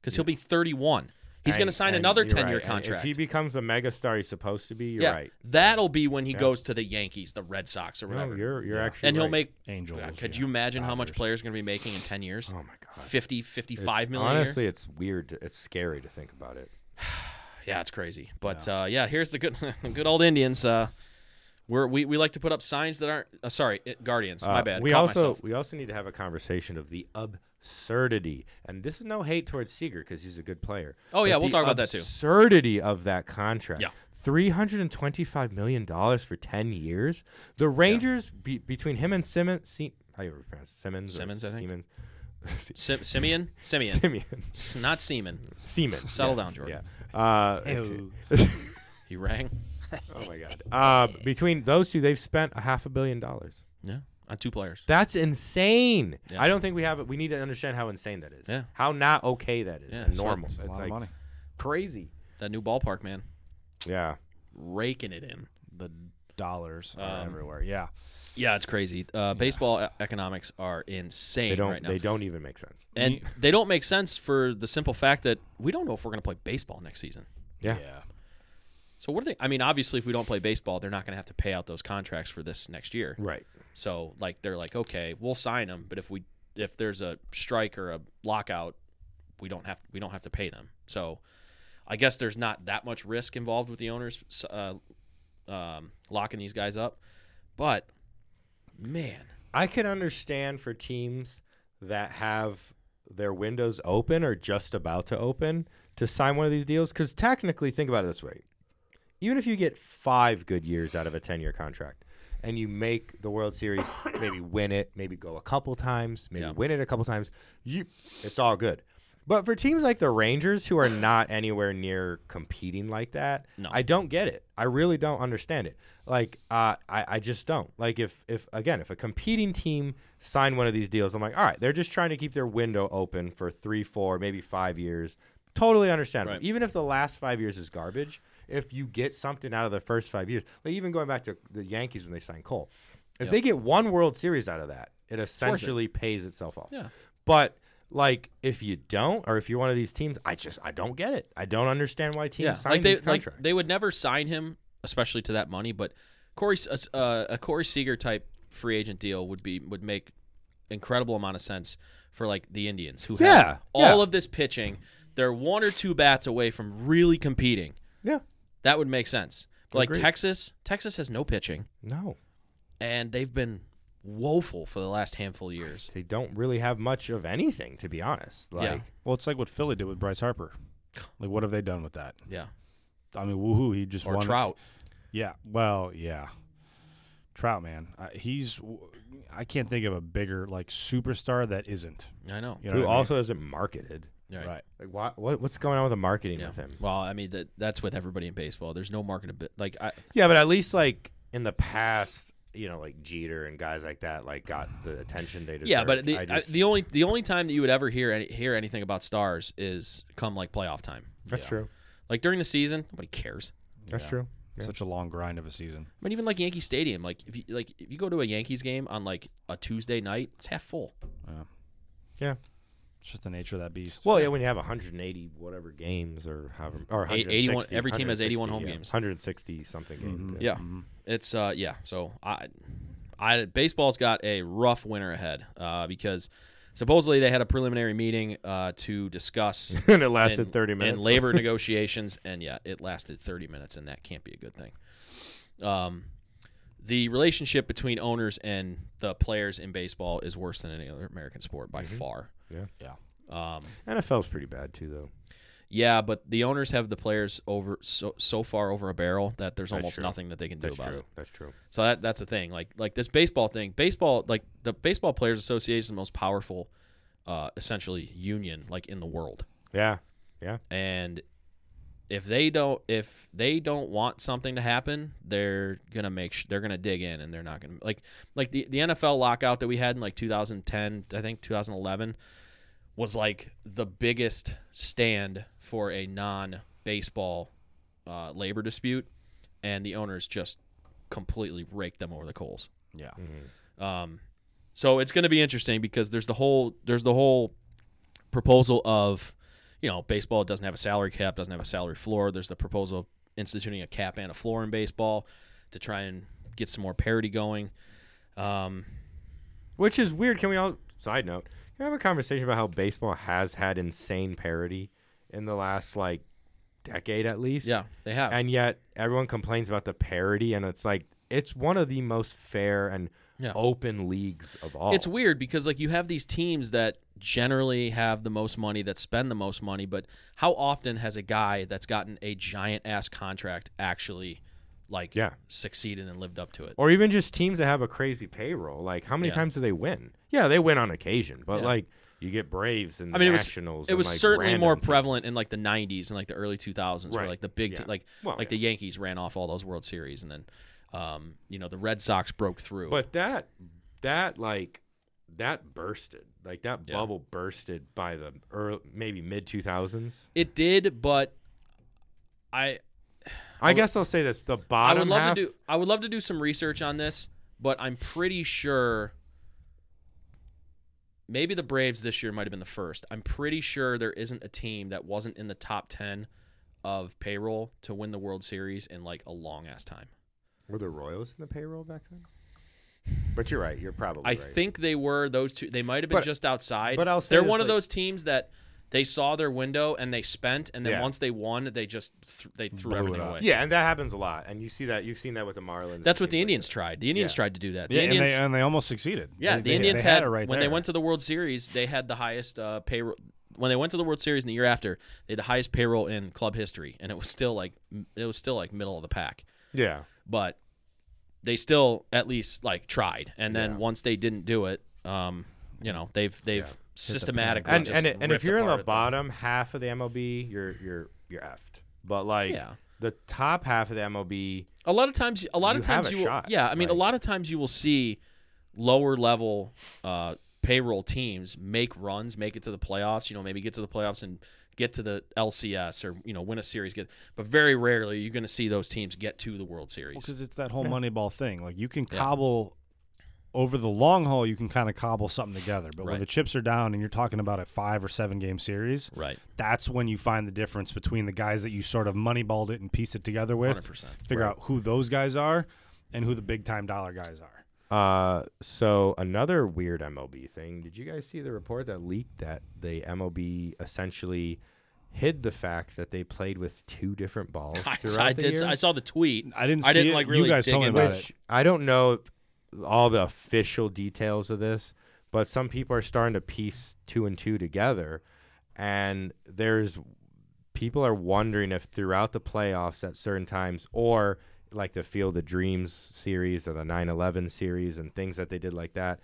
S1: because he'll be thirty one. He's going to
S3: And-
S1: sign
S3: and
S1: another
S3: you're
S1: ten year
S3: right. And
S1: contract.
S3: If he becomes a megastar he's supposed to be, you're
S1: yeah,
S3: right.
S1: that'll be when he goes to the Yankees, the Red Sox, or
S3: No,
S1: whatever.
S3: you're you're actually
S1: and he'll
S3: right.
S1: make
S4: Angels,
S1: God, could
S4: yeah.
S1: you imagine how much players going to be making in 10 years?
S3: Oh my god.
S1: 50, 55
S3: It's-
S1: million a year?
S3: Honestly, it's weird. to- It's scary to think about it.
S1: Yeah, it's crazy. But yeah, uh, yeah here's the good the good old Indians. Uh, we're, we, we like to put up signs that aren't. Uh, sorry, it, Guardians. my
S3: Uh,
S1: bad.
S3: We
S1: Caught
S3: also
S1: myself.
S3: we also need to have a conversation of the absurdity, and this is no hate towards Seager because he's a good player.
S1: Oh, yeah,
S3: but
S1: we'll
S3: the
S1: talk about that too.
S3: Absurdity of that contract.
S1: Yeah.
S3: Three hundred and twenty-five million dollars for ten years. The Rangers be, between him and Simmons. Se- how do you pronounce it? Simmons? or
S1: Simmons, I think.
S3: Seaman? Se-
S1: Sim- Simeon? Simeon.
S3: Simeon.
S1: S- Not Seaman.
S3: Seaman.
S1: Settle
S3: yes,
S1: down, Jordan.
S3: Yeah. Uh,
S1: He rang.
S3: oh my God. Uh, between those two, they've spent a half a billion dollars.
S1: Yeah, on two players.
S3: That's insane.
S1: Yeah.
S3: I don't think we have it. We need to understand how insane that is.
S1: Yeah.
S3: How not okay that is.
S1: Yeah,
S3: and
S1: it's
S3: normal.
S4: a lot of
S3: like
S4: money.
S3: crazy.
S1: That new ballpark, man.
S3: Yeah.
S1: Raking it in.
S4: the dollars are
S1: Um,
S4: everywhere. Yeah.
S1: Yeah, it's crazy. Uh, Baseball e- economics are insane
S3: They don't
S1: right now.
S3: they don't even make sense.
S1: and they don't make sense for the simple fact that we don't know if we're going to play baseball next season.
S3: Yeah.
S1: So what are they? I mean, obviously, if we don't play baseball, they're not going to have to pay out those contracts for this next year.
S3: Right.
S1: So like they're like, okay, we'll sign them, but if we if there's a strike or a lockout, we don't have we don't have to pay them. So I guess there's not that much risk involved with the owners uh, um, locking these guys up. But man,
S3: I can understand for teams that have their windows open or just about to open to sign one of these deals. Because technically, think about it this way even if you get five good years out of a 10 year contract and you make the World Series, maybe win it, maybe go a couple times, maybe
S1: Yeah.
S3: win it a couple times, you, it's all good. But for teams like the Rangers, who are not anywhere near competing like that,
S1: No.
S3: I don't get it. I really don't understand it. Like, uh, I, I just don't. Like, if, if again, if a competing team signed one of these deals, I'm like, all right, they're just trying to keep their window open for three, four, maybe five years. Totally understandable.
S1: Right.
S3: Even if the last five years is garbage, if you get something out of the first five years, like even going back to the Yankees when they signed Cole, if they get one World Series out of that, it essentially pays itself off.
S1: Yeah.
S3: But like, if you don't, or if you're one of these teams, I just I don't get it. I don't understand why teams
S1: yeah,
S3: sign
S1: like they
S3: these
S1: like
S3: contracts.
S1: they would never sign him, especially to that money. But Corey, S- uh, a Corey Seager type free agent deal would be would make incredible amount of sense for like the Indians who
S4: Yeah,
S1: have all
S4: yeah.
S1: of this pitching. They're one or two bats away from really competing.
S3: yeah,
S1: That would make sense. But like
S3: Agreed.
S1: Texas, Texas has no pitching,
S3: no,
S1: and they've been woeful for the last handful of years.
S3: they don't really have much of anything, to be honest. Like,
S1: Yeah.
S4: Well, it's like what Philly did with Bryce Harper. Like, what have they done with that?
S1: Yeah,
S4: I mean, woohoo! He just
S1: or
S4: won.
S1: Trout.
S4: Yeah. Well, yeah. Trout, man. Uh, he's. w- I can't think of a bigger like superstar that isn't.
S1: I know.
S3: who
S4: You know what I mean?
S3: also isn't marketed.
S1: Right.
S4: right.
S3: Like, what, what what's going on with the marketing
S1: Yeah.
S3: with him?
S1: Well, I mean that that's with everybody in baseball. There's no market like I
S3: Yeah, but at least like in the past, you know, like Jeter and guys like that, like got the attention they deserved.
S1: Yeah, but the,
S3: I
S1: I
S3: just-
S1: the only the only time that you would ever hear any, hear anything about stars is come like playoff time.
S3: that's true.
S1: Like during the season, nobody cares.
S3: That's true. Yeah.
S4: Such a long grind of a season.
S1: I mean, even like Yankee Stadium, like if you like if you go to a Yankees game on like a Tuesday night, it's half full.
S3: Yeah.
S4: It's just the nature of that beast.
S3: Well, yeah, when you have 180 whatever games or however or
S1: Eight- 81
S3: 160
S1: every team has 81
S3: 160,
S1: home
S3: yeah,
S1: games. Mm-hmm.
S3: 160 something games.
S1: Yeah, it's uh yeah. So I, I baseball's got a rough winter ahead uh, because supposedly they had a preliminary meeting uh, to discuss
S3: and it lasted
S1: in-
S3: 30 minutes.
S1: in labor negotiations, and yeah, it lasted 30 minutes, and that can't be a good thing. Um, the relationship between owners and the players in baseball is worse than any other American sport
S3: Mm-hmm.
S1: by far.
S4: Yeah.
S1: Um,
S3: NFL's pretty bad too, though.
S1: yeah, but the owners have the players over so, so far over a barrel that there's almost
S3: true.
S1: nothing that they can do
S3: That's
S1: about
S3: true.
S1: it.
S3: That's true.
S1: So that that's the thing. Like like this baseball thing. Baseball like the Baseball Players Association is the most powerful, uh, essentially union like in the world.
S3: Yeah, yeah.
S1: and if they don't if they don't want something to happen they're gonna make sh- they're gonna dig in and they're not gonna like like the, the nfl lockout that we had in like 2010 i think 2011 was like the biggest stand for a non-baseball uh, labor dispute and the owners just completely raked them over the coals
S4: Yeah.
S1: um, so it's going to be interesting because there's the whole there's the whole proposal of, you know, baseball doesn't have a salary cap, doesn't have a salary floor. There's the proposal of instituting a cap and a floor in baseball to try and get some more parity going. Um,
S3: Which is weird. Can we all side note? Can we have a conversation about how baseball has had insane parity in the last like decade at least?
S1: yeah, they have.
S3: And yet everyone complains about the parity, and it's like it's one of the most fair and
S1: Yeah.
S3: open leagues of all.
S1: It's weird because like you have these teams that generally have the most money that spend the most money, but how often has a guy that's gotten a giant ass contract actually like
S3: Yeah.
S1: succeeded and lived up to it?
S3: or even just teams that have a crazy payroll. Like, how many
S1: Yeah.
S3: times do they win? Yeah, they win on occasion, but
S1: Yeah.
S3: like you get Braves and
S1: I mean, it was
S3: Nationals.
S1: it
S3: and,
S1: was
S3: like,
S1: certainly
S3: random
S1: more
S3: teams.
S1: prevalent in like the '90s and like the early 2000s, where
S3: Right.
S1: like the big, te-
S3: Yeah.
S1: like
S3: Well,
S1: like the Yankees ran off all those World Series, and then um, you know the Red Sox broke through.
S3: But that that like that bursted, like that
S1: Yeah.
S3: bubble bursted by the early, maybe mid two thousands.
S1: it did, but I
S3: I, guess I'll say this: the
S1: I
S3: bottom
S1: would love
S3: half.
S1: to do I would love to do some research on this, but I'm pretty sure maybe the Braves this year might have been the first. I'm pretty sure there isn't a team that wasn't in the top ten of payroll to win the World Series in like a long ass time.
S3: were the Royals in the payroll back then? But you're right. You're probably
S1: I
S3: right.
S1: think they were those two. They might have been
S3: But-
S1: just outside.
S3: but I'll say
S1: they're
S3: this,
S1: one of
S3: like-
S1: those teams that they saw their window and they spent, and then
S3: Yeah.
S1: once they won, they just th- they threw
S4: Blew it
S1: everything
S4: up.
S1: away.
S3: Yeah, and that happens a lot, and you see that you've seen that with the Marlins. and
S1: that's what the
S3: teams like
S1: Indians
S3: that.
S1: tried. The Indians
S3: Yeah.
S1: tried to do that. The
S4: yeah,
S1: Indians,
S4: and they and they almost succeeded.
S1: yeah,
S4: They-
S1: the
S4: they-
S1: Indians
S4: they
S1: had,
S4: it right
S1: when
S4: there.
S1: they went to the World Series, they had the highest uh, payroll. When they went to the World Series in the year after, they had the highest payroll in club history, and it was still like m- it was still like middle of the pack.
S3: Yeah,
S1: but they still at least like tried. And then once they didn't do it, um, you know, they've they've systematically.
S3: and
S1: just
S3: and, it, and if
S1: ripped
S3: you're in the
S1: apart at
S3: bottom half of the MLB, you're you're you're effed. But like
S1: Yeah.
S3: the top half of the MLB,
S1: A lot of times, a lot of
S3: You have
S1: times
S3: a
S1: you will,
S3: shot,
S1: yeah. I mean, a
S3: like-
S1: lot of times you will see lower level uh, payroll teams make runs, make it to the playoffs. You know, maybe get to the playoffs and get to the LCS or you know win a series. Get, but very rarely you're going to see those teams get to the World Series.
S4: because it's that whole Moneyball thing. Like you can cobble over the long haul, you can kind of cobble something together. But
S1: Right.
S4: when the chips are down and you're talking about a five or seven game series,
S1: right,
S4: that's when you find the difference between the guys that you sort of moneyballed it and pieced it together with.
S1: 100%.
S4: Figure out who those guys are and who the big time dollar guys are.
S3: uh, so another weird MLB thing. Did you guys see the report that leaked that the MLB essentially hid the fact that they played with two different balls
S1: I,
S3: throughout
S1: I
S3: the
S1: did.
S3: year?
S1: I saw the tweet.
S4: I didn't
S1: I
S4: see
S1: didn't
S4: it.
S1: like
S4: You
S1: really
S4: guys told
S1: dig
S4: me
S1: into
S4: about
S1: it.
S4: it.
S3: Which I don't know all the official details of this, but some people are starting to piece two and two together, and there's people are wondering if throughout the playoffs at certain times or like the Field of Dreams series or the 9/11 series and things that they did like that.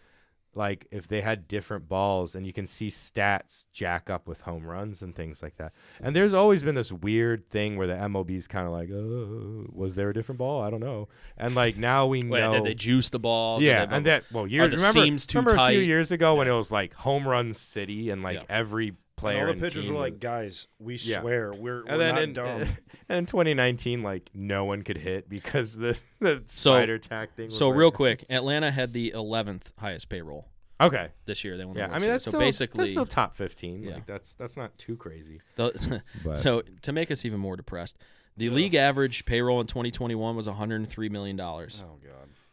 S3: Like if they had different balls, and you can see stats jack up with home runs and things like that. And there's always been this weird thing where the MLB's kind of like, oh, was there a different ball? I don't know. And like now we
S1: Wait,
S3: know.
S1: did they juice the ball? Did
S3: Yeah,
S1: they-
S3: and that well, years
S1: the
S3: remember,
S1: seams too
S3: remember a few
S1: tight?
S3: years ago when it was like home run city and like
S1: Yeah.
S3: every player
S4: all the
S3: and
S4: pitchers
S3: team
S4: were
S3: was-
S4: like, guys, we
S3: Yeah.
S4: swear we're, we're
S3: and then
S4: not
S3: in,
S4: dumb.
S3: and in 2019, like no one could hit because the the
S1: So-
S3: spider attack thing. Was
S1: So
S3: like-
S1: real quick, Atlanta had the 11th highest payroll
S3: okay,
S1: this year. They won. the
S3: yeah.
S1: World
S3: I mean,
S1: Series.
S3: that's
S1: so
S3: still,
S1: basically
S3: that's still top 15.
S1: Yeah.
S3: Like that's that's not too crazy.
S1: The,
S3: But-
S1: so to make us even more depressed, the league average payroll in 2021 was 103 million dollars.
S6: Oh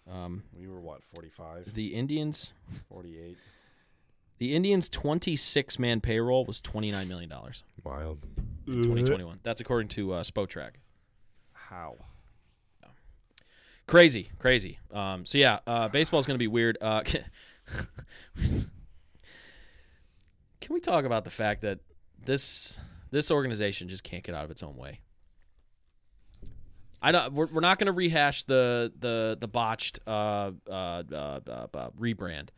S6: God. Um, we were what 45,
S1: The Indians,
S6: 48.
S1: the Indians 26 man payroll was 29 million dollars
S3: Wild.
S1: in 2021. That's according to uh, Spotrac.
S4: How?
S1: Crazy, crazy. Um, so yeah, uh, baseball's going to be weird. Uh, can, we talk about the fact that this this organization just can't get out of its own way? I know we're, we're not going to rehash the the the botched uh, uh, uh, uh, uh, rebrand,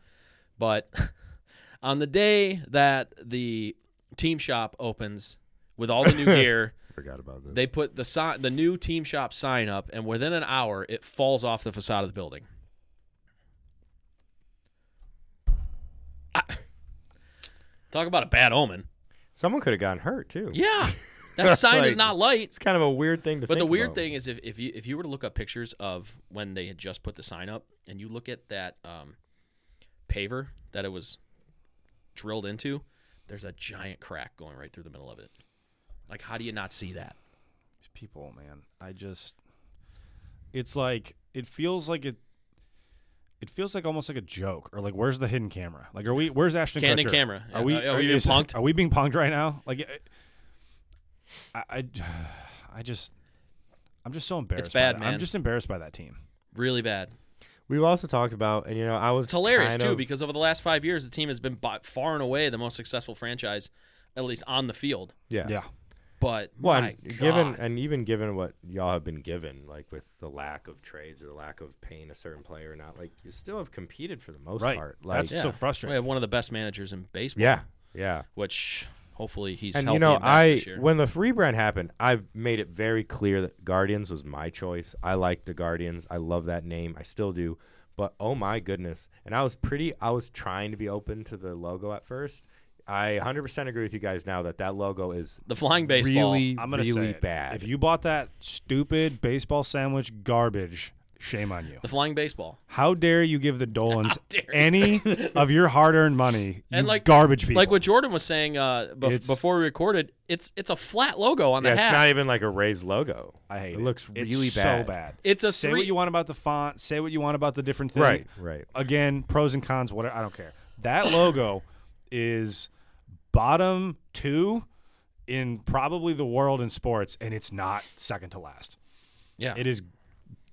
S1: but on the day that the team shop opens with all the new gear.
S3: Forgot about this.
S1: They put the sign, the new team shop sign up, and within an hour, it falls off the facade of the building. I- talk about a bad omen.
S3: Someone could have gotten hurt too.
S1: Yeah, that sign is
S3: Like-
S1: not light.
S3: it's kind of a weird thing to.
S1: But the
S3: think
S1: weird
S3: about.
S1: thing is, if, if you if you were to look up pictures of when they had just put the sign up, and you look at that um, paver that it was drilled into, there's a giant crack going right through the middle of it. Like, how do you not see that?
S4: These people, man. I just it's like it feels like it it feels like almost like a joke or like where's the hidden camera? Like are we where's Ashton
S1: Candid
S4: Kutcher?
S1: camera.
S4: Are we
S1: Are we being
S4: is-
S1: punked?
S4: Are we being punked right now? Like it- I I, I just I'm just so embarrassed. by
S1: bad,
S4: that.
S1: man.
S4: I'm just embarrassed by that team.
S1: Really bad.
S3: we've also talked about, and you know, I was
S1: It's hilarious
S3: kind
S1: too
S3: of-
S1: because over the last five years, the team has been by far and away the most successful franchise, at least on the field.
S3: yeah,
S1: But
S3: Well,
S1: my
S3: and given
S1: God.
S3: and even given what y'all have been given, like with the lack of trades or the lack of paying a certain player or not, like you still have competed for the most
S4: Right.
S3: part. Like,
S4: That's- so frustrating.
S1: we have one of the best managers in baseball.
S3: yeah, yeah.
S1: which hopefully he's
S3: And
S1: healthy
S3: you know,
S1: and back
S3: I
S1: this year.
S3: when the rebrand happened, I've made it very clear that Guardians was my choice. I like the Guardians. I love that name. I still do. But oh my goodness! And I was pretty. I was trying to be open to the logo at first. I 100% agree with you guys now that that logo is
S1: the flying baseball.
S3: really,
S4: I'm gonna
S3: really
S4: say it.
S3: bad.
S4: If you bought that stupid baseball sandwich garbage, shame on you.
S1: the flying baseball.
S4: How dare you give the Dolans
S1: dare you.
S4: any of your hard-earned money?
S1: And
S4: you
S1: like
S4: garbage people.
S1: Like what Jordan was saying uh, bef-
S4: It's-
S1: before we recorded, it's it's a flat logo on the
S3: Yeah,
S1: hat.
S3: it's not even like a raised logo.
S4: I hate it.
S3: It looks
S4: It's
S3: really
S4: So
S3: bad.
S4: bad.
S1: It's a
S4: say
S1: three-
S4: what you want about the font. Say what you want about the different things.
S3: Right, right.
S4: Again, pros and cons. Whatever. I don't care. That logo is bottom two in probably the world in sports, and it's not second to last.
S1: yeah,
S4: It is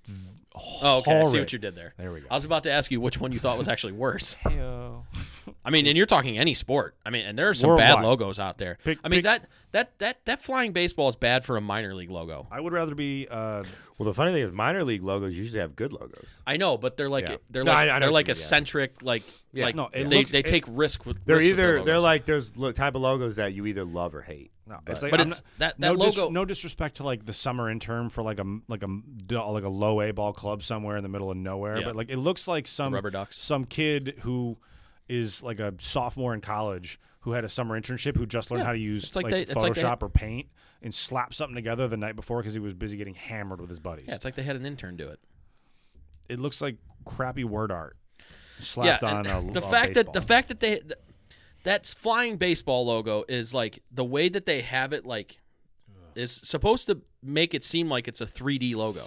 S4: v-
S1: Oh, okay. I see
S4: horrid.
S1: what you did there.
S4: There we go.
S1: I was about to ask you which one you thought was actually worse. I mean, and you're talking any sport. I mean, and there are some bad
S4: Worldwide.
S1: logos out there.
S4: Pick-
S1: I mean,
S4: pick-
S1: that that that that flying baseball is bad for a minor league logo.
S4: I would rather be. Uh,
S3: Well, the funny thing is, minor league logos usually have good logos.
S1: I know, but they're like
S3: Yeah.
S1: they're
S3: No,
S1: like
S3: I- I know
S1: they're
S3: what
S1: like
S3: you mean, yeah.
S1: eccentric. Like
S3: Yeah.
S1: like
S4: No, it
S1: they
S4: looks-
S1: they
S4: it-
S1: take risk with.
S3: They're
S1: risks with their
S3: either they're
S1: logos.
S3: like there's lo- type of logos that you either love or hate.
S4: no,
S3: But-
S4: it's like
S1: But
S4: I'm
S1: it's-
S4: not-
S1: that- that
S4: no dis-
S1: logo-
S4: no disrespect to like the summer intern for like a m- like a m- d- like a low A ball club somewhere in the middle of nowhere,
S1: Yeah.
S4: but like it looks like some
S1: Rubber Ducks.
S4: some kid who is like a sophomore in college who had a summer internship who just learned
S1: Yeah.
S4: how to use
S1: It's like
S4: like,
S1: they- it's like
S4: Photoshop
S1: they-
S4: or Paint and slapped something together the night before because he was busy getting hammered with his buddies.
S1: yeah, it's like they had an intern do it.
S4: it looks like crappy word art slapped
S1: yeah,
S4: on
S1: and
S4: a
S1: the
S4: a
S1: fact that the
S4: baseball.
S1: fact that they th- that's flying baseball logo is like the way that they have it like is supposed to make it seem like it's a 3D logo,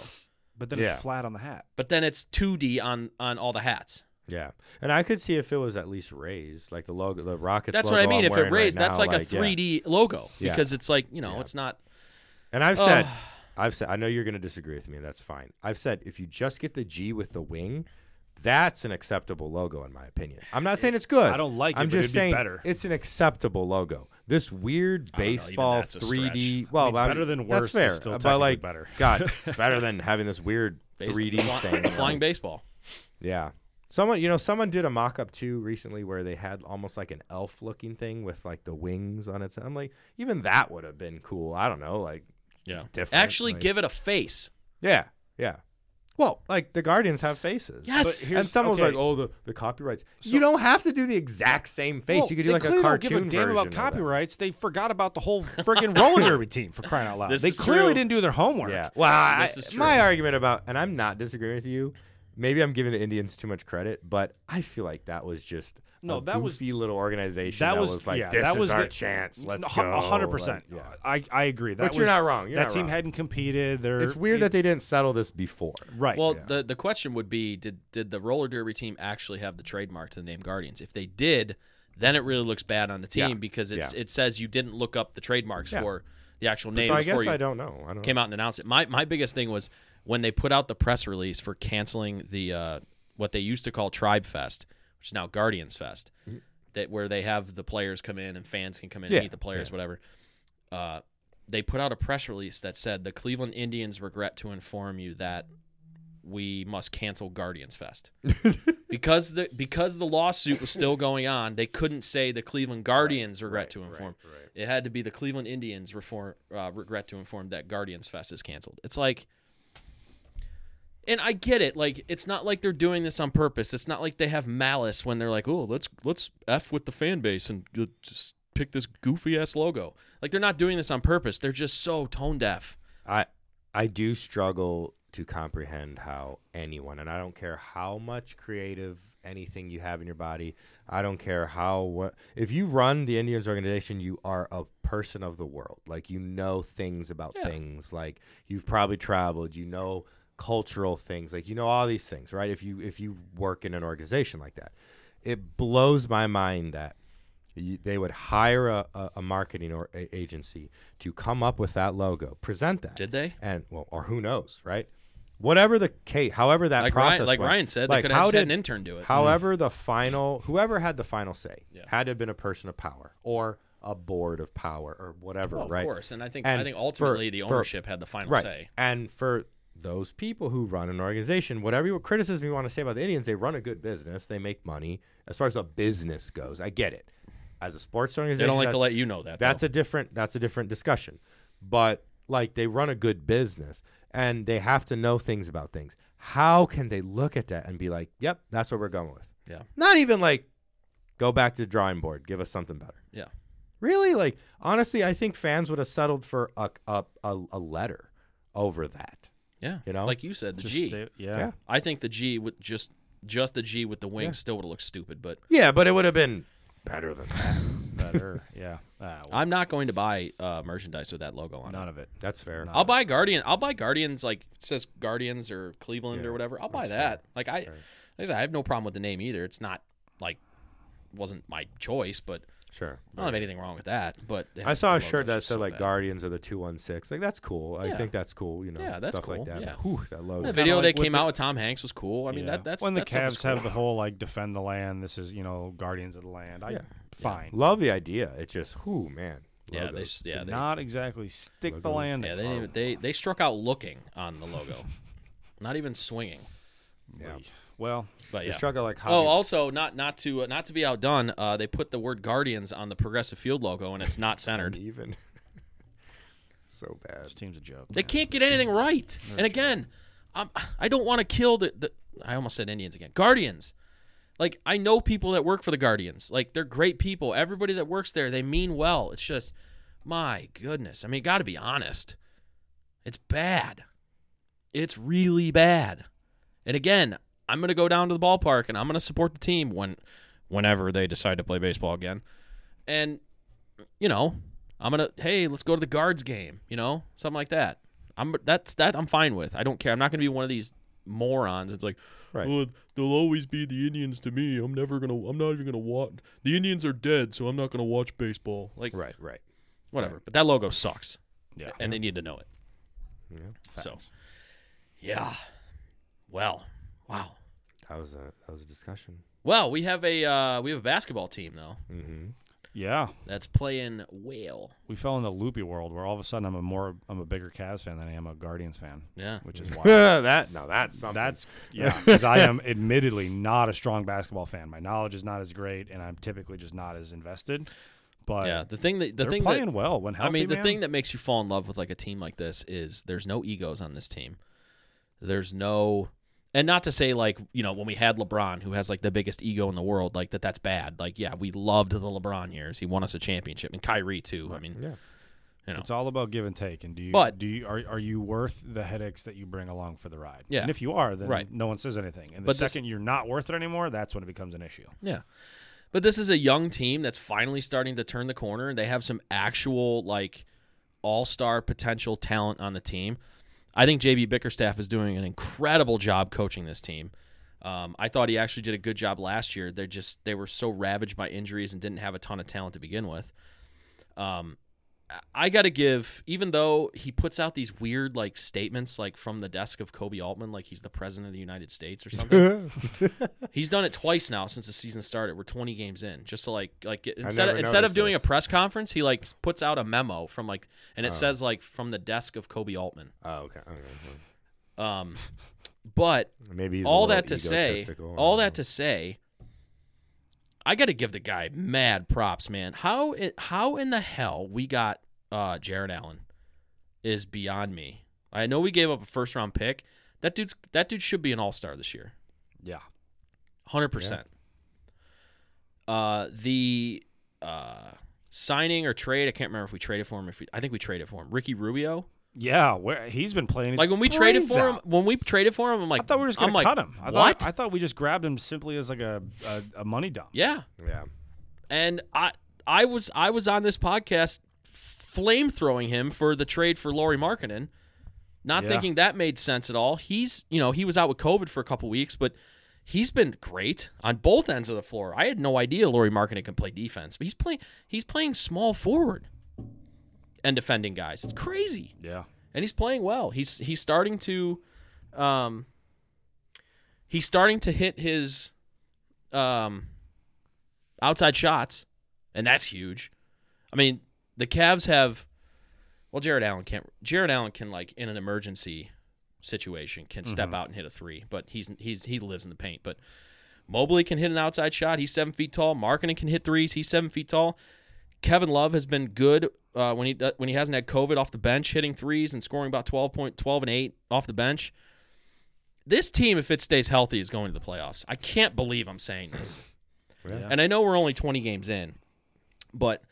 S4: but then
S3: Yeah.
S4: it's flat on the hat.
S1: but then it's 2D on on all the hats.
S3: Yeah, and I could see if it was at least raised, like the logo, the Rockets.
S1: That's what
S3: logo
S1: I mean.
S3: I'm
S1: If
S3: wearing
S1: it raised,
S3: right
S1: that's
S3: now,
S1: like, a
S3: yeah.
S1: 3D logo
S3: Yeah.
S1: because it's like you know it's not.
S3: And I've said, I've said, I know you're going to disagree with me, and that's fine. I've said if you just get the G with the wing, that's an acceptable logo in my opinion. I'm not saying it's good.
S4: I don't like it,
S3: I'm
S4: but
S3: just
S4: it'd be
S3: saying
S4: better.
S3: it's an acceptable logo. This weird
S1: know, even
S3: baseball
S1: that's a
S3: 3D. Well,
S4: mean,
S3: I'm-
S4: better than
S3: that's
S4: worse is
S3: fair,
S4: still
S3: but
S4: technically
S3: like
S4: better.
S3: God, it's better than having this weird
S1: base-
S3: 3D
S1: fly-
S3: thing. you know?
S1: flying baseball.
S3: Yeah. Someone, you know, someone did a mock-up too recently where they had almost like an elf-looking thing with like the wings on its. I'm like, even that would have been cool. I don't know, like, it's-
S1: Yeah,
S3: it's different.
S1: actually
S3: like-
S1: give it a face.
S3: Yeah, yeah. Well, like the Guardians have faces.
S1: Yes,
S4: But here-
S3: and someone was
S4: okay.
S3: like, "Oh, the, the copyrights." you don't have to do the exact same face.
S4: Well,
S3: you could do
S4: they
S3: like a
S4: clearly don't
S3: cartoon
S4: give a damn
S3: version
S4: about
S3: of that.
S4: copyrights. They forgot about the whole friggin' roller derby team for crying out loud.
S1: This
S4: they
S1: is
S4: clearly
S1: true.
S4: didn't do their homework.
S3: Yeah. Well, I,
S1: This is
S3: my
S1: true.
S3: argument about, and I'm not disagreeing with you. Maybe I'm giving the Indians too much credit, but I feel like that was just
S4: No,
S3: a
S4: that was-
S3: goofy little organization
S4: That
S3: that,
S4: was,
S3: was, like
S4: yeah,
S3: this
S4: that
S3: is
S4: was
S3: our
S4: the-
S3: chance. Let's
S4: A
S3: go.
S4: hu- a hundred percent.
S3: Like, yeah.
S4: I I agree. That
S3: But you're
S4: was-
S3: not wrong. You're
S4: that
S3: not
S4: team
S3: wrong.
S4: hadn't competed. They're,
S3: It's weird that they didn't settle this before.
S4: right.
S1: Well, the the question would be did did the roller derby team actually have the trademark to the name Guardians? If they did, then it really looks bad on the team
S3: Yeah.
S1: because it's
S3: Yeah.
S1: it says you didn't look up the trademarks
S3: Yeah.
S1: for the actual names
S3: So I
S1: before
S3: guess
S1: you
S3: I don't know. I don't.
S1: came out and announced it. My my biggest thing was when they put out the press release for canceling the uh, what they used to call Tribe Fest, which is now Guardians Fest, that where they have the players come in and fans can come in
S3: Yeah,
S1: and meet the players, whatever. Uh, they put out a press release that said the Cleveland Indians regret to inform you that we must cancel Guardians Fest. because the because the lawsuit was still going on, they couldn't say the Cleveland Guardians regret to inform. It had to be the Cleveland Indians reform, uh, regret to inform that Guardians Fest is canceled. It's like, and I get it. Like it's not like they're doing this on purpose. It's not like they have malice when they're like, oh, let's let's f with the fan base and ju- just pick this goofy ass logo. Like they're not doing this on purpose. They're just so tone deaf.
S3: I I do struggle to comprehend how anyone, and I don't care how much creative anything you have in your body, I don't care how what if you run the Indians organization, you are a person of the world. Like you know things about things. Like you've probably traveled. You know cultural things. Like you know all these things, right? If you if you work in an organization like that, it blows my mind that you, they would hire a, a, a marketing or a- agency to come up with that logo, present that.
S1: Did they?
S3: And well, or who knows, right? Whatever the case, however that
S1: Like
S3: process,
S1: Ryan, like
S3: went,
S1: Ryan said, they
S3: like
S1: could
S3: how
S1: have just had
S3: did-
S1: an intern do it.
S3: However, the final, whoever had the final say,
S1: Yeah.
S3: had to have been a person of power or a board of power or whatever,
S1: Well, of
S3: right?
S1: course, and I think
S3: And
S1: I think
S3: for-
S1: ultimately the
S3: for-
S1: ownership had the final
S3: right.
S1: say.
S3: And for those people who run an organization, whatever you- criticism you want to say about the Indians, they run a good business. They make money. As far as a business goes, I get it. As a sports
S1: They
S3: organization,
S1: don't like to
S3: that's-
S1: let you know that.
S3: that's a different that's a different discussion. But like they run a good business and they have to know things about things. How can they look at that and be like, "Yep, that's what we're going with."
S1: Yeah.
S3: Not even like go back to the drawing board, give us something better.
S1: yeah.
S3: Really? Like honestly, I think fans would have settled for a a, a, a letter over that.
S1: Yeah,
S3: You know?
S1: like you said, the
S4: Just
S1: G.
S4: stay-
S3: Yeah.
S4: yeah.
S1: I think the G with just just the G with the wings still would have looked stupid, but
S3: Yeah, but it would have been better than that.
S4: Better. yeah. Ah, well,
S1: I'm not going to buy uh, merchandise with that logo on it.
S4: none of it.
S3: That's fair.
S1: I'll buy Guardian. I'll buy Guardians like it says Guardians or Cleveland or whatever. I'll buy that. Like I, like I, said, I have no problem with the name either. It's not like wasn't my choice, but
S3: Sure.
S1: I don't have anything wrong with that, but they
S3: I
S1: have
S3: saw a
S1: logo
S3: shirt that
S1: that's
S3: said
S1: so
S3: like
S1: bad.
S3: Guardians of the 216. Like that's cool. I
S1: Yeah.
S3: think that's cool, you know.
S1: Yeah, that's
S3: stuff
S1: cool,
S3: like that.
S1: yeah.
S3: Whew, that logo.
S1: The video
S4: like
S1: they
S4: with
S1: came
S4: the-
S1: out with Tom Hanks was cool. I mean,
S6: Yeah.
S1: that that's
S4: when the
S1: that stuff is
S4: Cavs have
S1: cool.
S4: the whole like defend the land. This is you know Guardians of the Land. I
S3: Yeah.
S4: fine.
S3: Love the idea. It's just whew, man.
S1: yeah, they,
S3: Logos.
S1: s- yeah,
S4: Did
S1: they,
S4: not exactly stick the
S3: Logos.
S4: land.
S1: yeah, they,
S4: Oh.
S1: didn't even- they they struck out looking on the logo, not even swinging.
S3: Oh, yeah.
S4: Well,
S1: But
S3: They
S1: yeah,
S3: struggle like
S1: Oh,
S3: hockey.
S1: also not not to uh, not to be outdone, uh, they put the word Guardians on the Progressive Field logo, and it's not centered.
S3: even. so bad.
S4: this team's a joke.
S1: They can't get anything right. And again, I'm, I don't want to kill the, the. I almost said Indians again. Guardians. Like I know people that work for the Guardians. Like they're great people. Everybody that works there, they mean well. It's just, my goodness. I mean, got to be honest. It's bad. It's really bad. And again, I'm gonna go down to the ballpark and I'm gonna support the team when, whenever they decide to play baseball again. And you know, I'm gonna hey, let's go to the guards game, you know, something like that. I'm that's that I'm fine with. I don't care. I'm not gonna be one of these morons. It's like,
S3: Right.
S1: well, they'll always be the Indians to me. I'm never gonna. I'm not even gonna watch. The Indians are dead, so I'm not gonna watch baseball. Like
S3: Right, right.
S1: whatever. But that logo sucks,
S4: Yeah.
S1: and they need to know it.
S3: Yeah.
S1: So, yeah. Well, wow.
S3: That was a that was a discussion.
S1: Well, we have a uh, we have a basketball team though
S3: Mhm.
S4: Yeah,
S1: that's playing well.
S4: we fell into loopy world where all of a sudden I'm a more I'm a bigger Cavs fan than I am a Guardians fan,
S1: Yeah.
S4: which is wild.
S3: that no, that's something.
S4: That's yeah, because I am admittedly not a strong basketball fan. My knowledge is not as great, and I'm typically just not as invested. But
S1: Yeah. The thing that the
S4: Oh, they're
S1: thing
S4: playing
S1: that
S4: well when healthy.
S1: I mean, the
S4: man.
S1: thing that makes you fall in love with like a team like this is there's no egos on this team. There's no, and not to say like you know when we had LeBron, who has like the biggest ego in the world, like that that's bad. Like yeah, we loved the LeBron years. He won us a championship, and Kyrie too. I mean,
S3: yeah.
S1: you know,
S4: It's all about give and take, and do you
S1: But-
S4: do you are are you worth the headaches that you bring along for the ride?
S1: Yeah.
S4: and if you are, then
S1: Right.
S4: no one says anything. And the
S1: But this-
S4: second you're not worth it anymore, that's when it becomes an issue.
S1: Yeah. But this is a young team that's finally starting to turn the corner and they have some actual like all-star potential talent on the team. I think JB Bickerstaff is doing an incredible job coaching this team. Um, I thought he actually did a good job last year. They're just they were so ravaged by injuries and didn't have a ton of talent to begin with. Um, I- I got to give, even though he puts out these weird like statements like from the desk of Kobe Altman, like he's the president of the United States or something. He's done it twice now since the season started. We're 20 games in. Just to like like get- instead of,
S3: never
S1: instead of
S3: noticed
S1: doing
S3: this.
S1: a press conference, he like puts out a memo from like and it says like from the desk of Kobe Altman.
S3: Oh, okay. okay, okay.
S1: Um but
S3: Maybe he's a
S1: all
S3: little
S1: that to say,
S3: egotistical, uh, I
S1: all
S3: don't
S1: that to
S3: know.
S1: say I got to give the guy mad props, man. How i- how in the hell we got uh Jared Allen is beyond me. I know we gave up a first round pick. That dude's that dude should be an all-star this year.
S4: Yeah,
S1: Hundred percent. Uh, the uh, signing or trade, I can't remember if we traded for him. If we, I think we traded for him, Ricky Rubio.
S4: yeah. Where he's been playing, his
S1: Like when we traded
S4: brains
S1: for
S4: out.
S1: him, when we traded for him, I'm like,
S4: I thought we were just
S1: I'm
S4: gonna
S1: like,
S4: cut him. I
S1: what?
S4: Thought, I thought we just grabbed him simply as like a a, a money dump.
S1: yeah,
S3: Yeah.
S1: and I, I was, I was on this podcast flame throwing him for the trade for Laurie Markkinen, not
S4: Yeah.
S1: thinking that made sense at all. He's, you know, he was out with COVID for a couple weeks, but. He's been great on both ends of the floor. I had no idea Laurie Markkinen can play defense, but he's playing he's playing small forward. and defending guys. It's crazy,
S4: Yeah,
S1: and he's playing well. He's he's starting to, um, he's starting to hit his, um, outside shots, and that's huge. I mean, the Cavs have, well, Jared Allen can't. Jared Allen can like in an emergency situation can step out and hit a three, but he's he's he lives in the paint, but. Mobley can hit an outside shot. He's seven feet tall. Markkinen can hit threes. He's seven feet tall. Kevin Love has been good uh, when he do- when he hasn't had COVID off the bench, hitting threes and scoring about 12 point 12 and eight off the bench. This team, if it stays healthy, is going to the playoffs. I can't believe I'm saying this,
S3: Yeah.
S1: and I know we're only 20 games in, but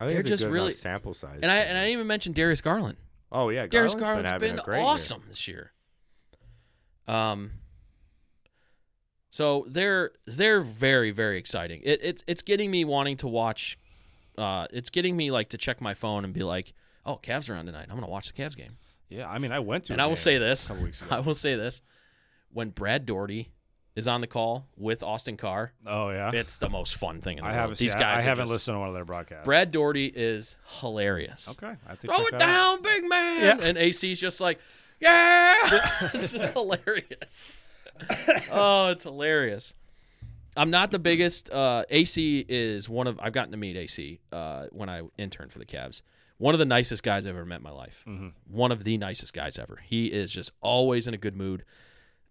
S3: I think
S1: They're
S3: it's a
S1: just
S3: good enough
S1: really-
S3: sample size.
S1: and I
S3: for
S1: and I
S3: me.
S1: didn't even mention Darius Garland.
S3: Oh yeah,
S1: Darius
S3: Garland's
S1: Garland's
S3: having
S1: been,
S3: a great year.
S1: awesome this year. Um, so they're they're very very exciting. It, it's it's getting me wanting to watch. Uh, it's getting me like to check my phone and be like, "Oh, Cavs are on tonight. I'm gonna watch the Cavs game."
S4: yeah. I mean, I went to.
S1: and
S4: a
S1: I will
S4: game
S1: say this:
S4: a couple weeks ago.
S1: I will say this. When Brad Doherty is on the call with Austin Carr.
S4: Oh yeah,
S1: It's the most fun thing in the
S4: I
S1: world.
S4: haven't.
S1: These
S4: see, I-
S1: guys,
S4: I
S1: are
S4: haven't
S1: just-
S4: listened to one of their broadcasts.
S1: Brad Doherty is hilarious.
S4: okay, I have to
S1: Throw
S4: check
S1: it
S4: that
S1: down,
S4: out.
S1: big man.
S4: Yeah.
S1: And AC's just like, yeah. it's just hilarious. oh, it's hilarious. I'm not the biggest. Uh, AC is one of. I've gotten to meet AC uh, when I interned for the Cavs. One of the nicest guys I've ever met in my life. One of the nicest guys ever. He is just always in a good mood.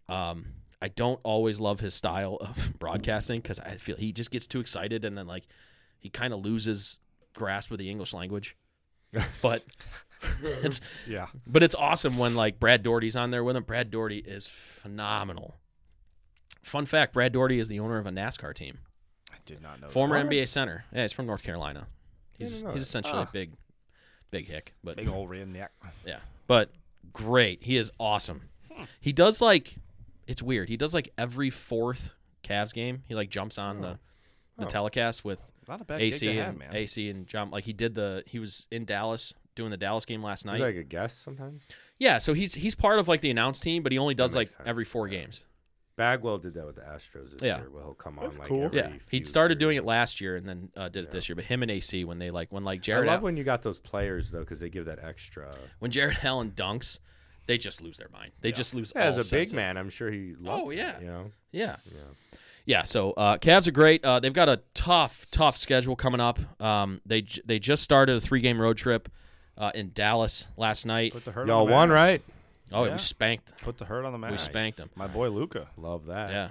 S1: Um, I don't always love his style of broadcasting because I feel he just gets too excited and then like he kind of loses grasp of the English language. But it's
S4: Yeah,
S1: but it's awesome when like Brad Doherty's on there with him. Brad Doherty is phenomenal. Fun fact: Brad Doherty is the owner of a NASCAR team,
S4: I did not know.
S1: former NBA center. Yeah, he's from North Carolina. He's
S3: know
S1: he's
S3: that.
S1: essentially a big, big hick, but
S4: that. Ah. big old redneck.
S1: yeah, but great. He is awesome. He does like it's weird. He does like every fourth Cavs game. He like jumps on the the telecast with
S4: Not a bad Oh. gig
S1: AC
S4: to
S1: and
S4: have, man.
S1: AC and jump. Like he did the he was in Dallas doing the Dallas game last night.
S3: He's like a guest sometimes.
S1: Yeah, so he's he's part of like the announce team, but he only does like
S3: makes sense.
S1: every four games.
S3: Bagwell did that with the Astros this
S1: Yeah.
S3: year. Well, he'll come on like
S4: cool.
S3: every
S1: Yeah, he
S3: few
S1: started doing
S3: years.
S1: it last year and then uh, did it this year. But him and AC when they like when like
S3: I
S1: Jared
S3: love
S1: when,
S3: when you got those players though, because they give that extra.
S1: Jared Allen dunks, they just lose their mind. They just lose. all
S3: As a
S1: sense
S3: big
S1: of- Oh,
S3: man, I'm sure he loves. it,
S1: yeah.
S3: you know.
S1: Yeah. Yeah. so uh, Cavs are great. Uh, they've got a tough, tough schedule coming up. Um, they j- they just started a three game road trip uh, in Dallas last night.
S4: Put the hurt
S3: Y'all
S4: on the
S3: won
S4: Mavs.
S3: right.
S1: Oh, yeah.
S4: Yeah.
S1: we spanked.
S4: Put the hurt on the match.
S1: spanked 'em.
S4: My boy Luca.
S3: Love that.
S1: Yeah,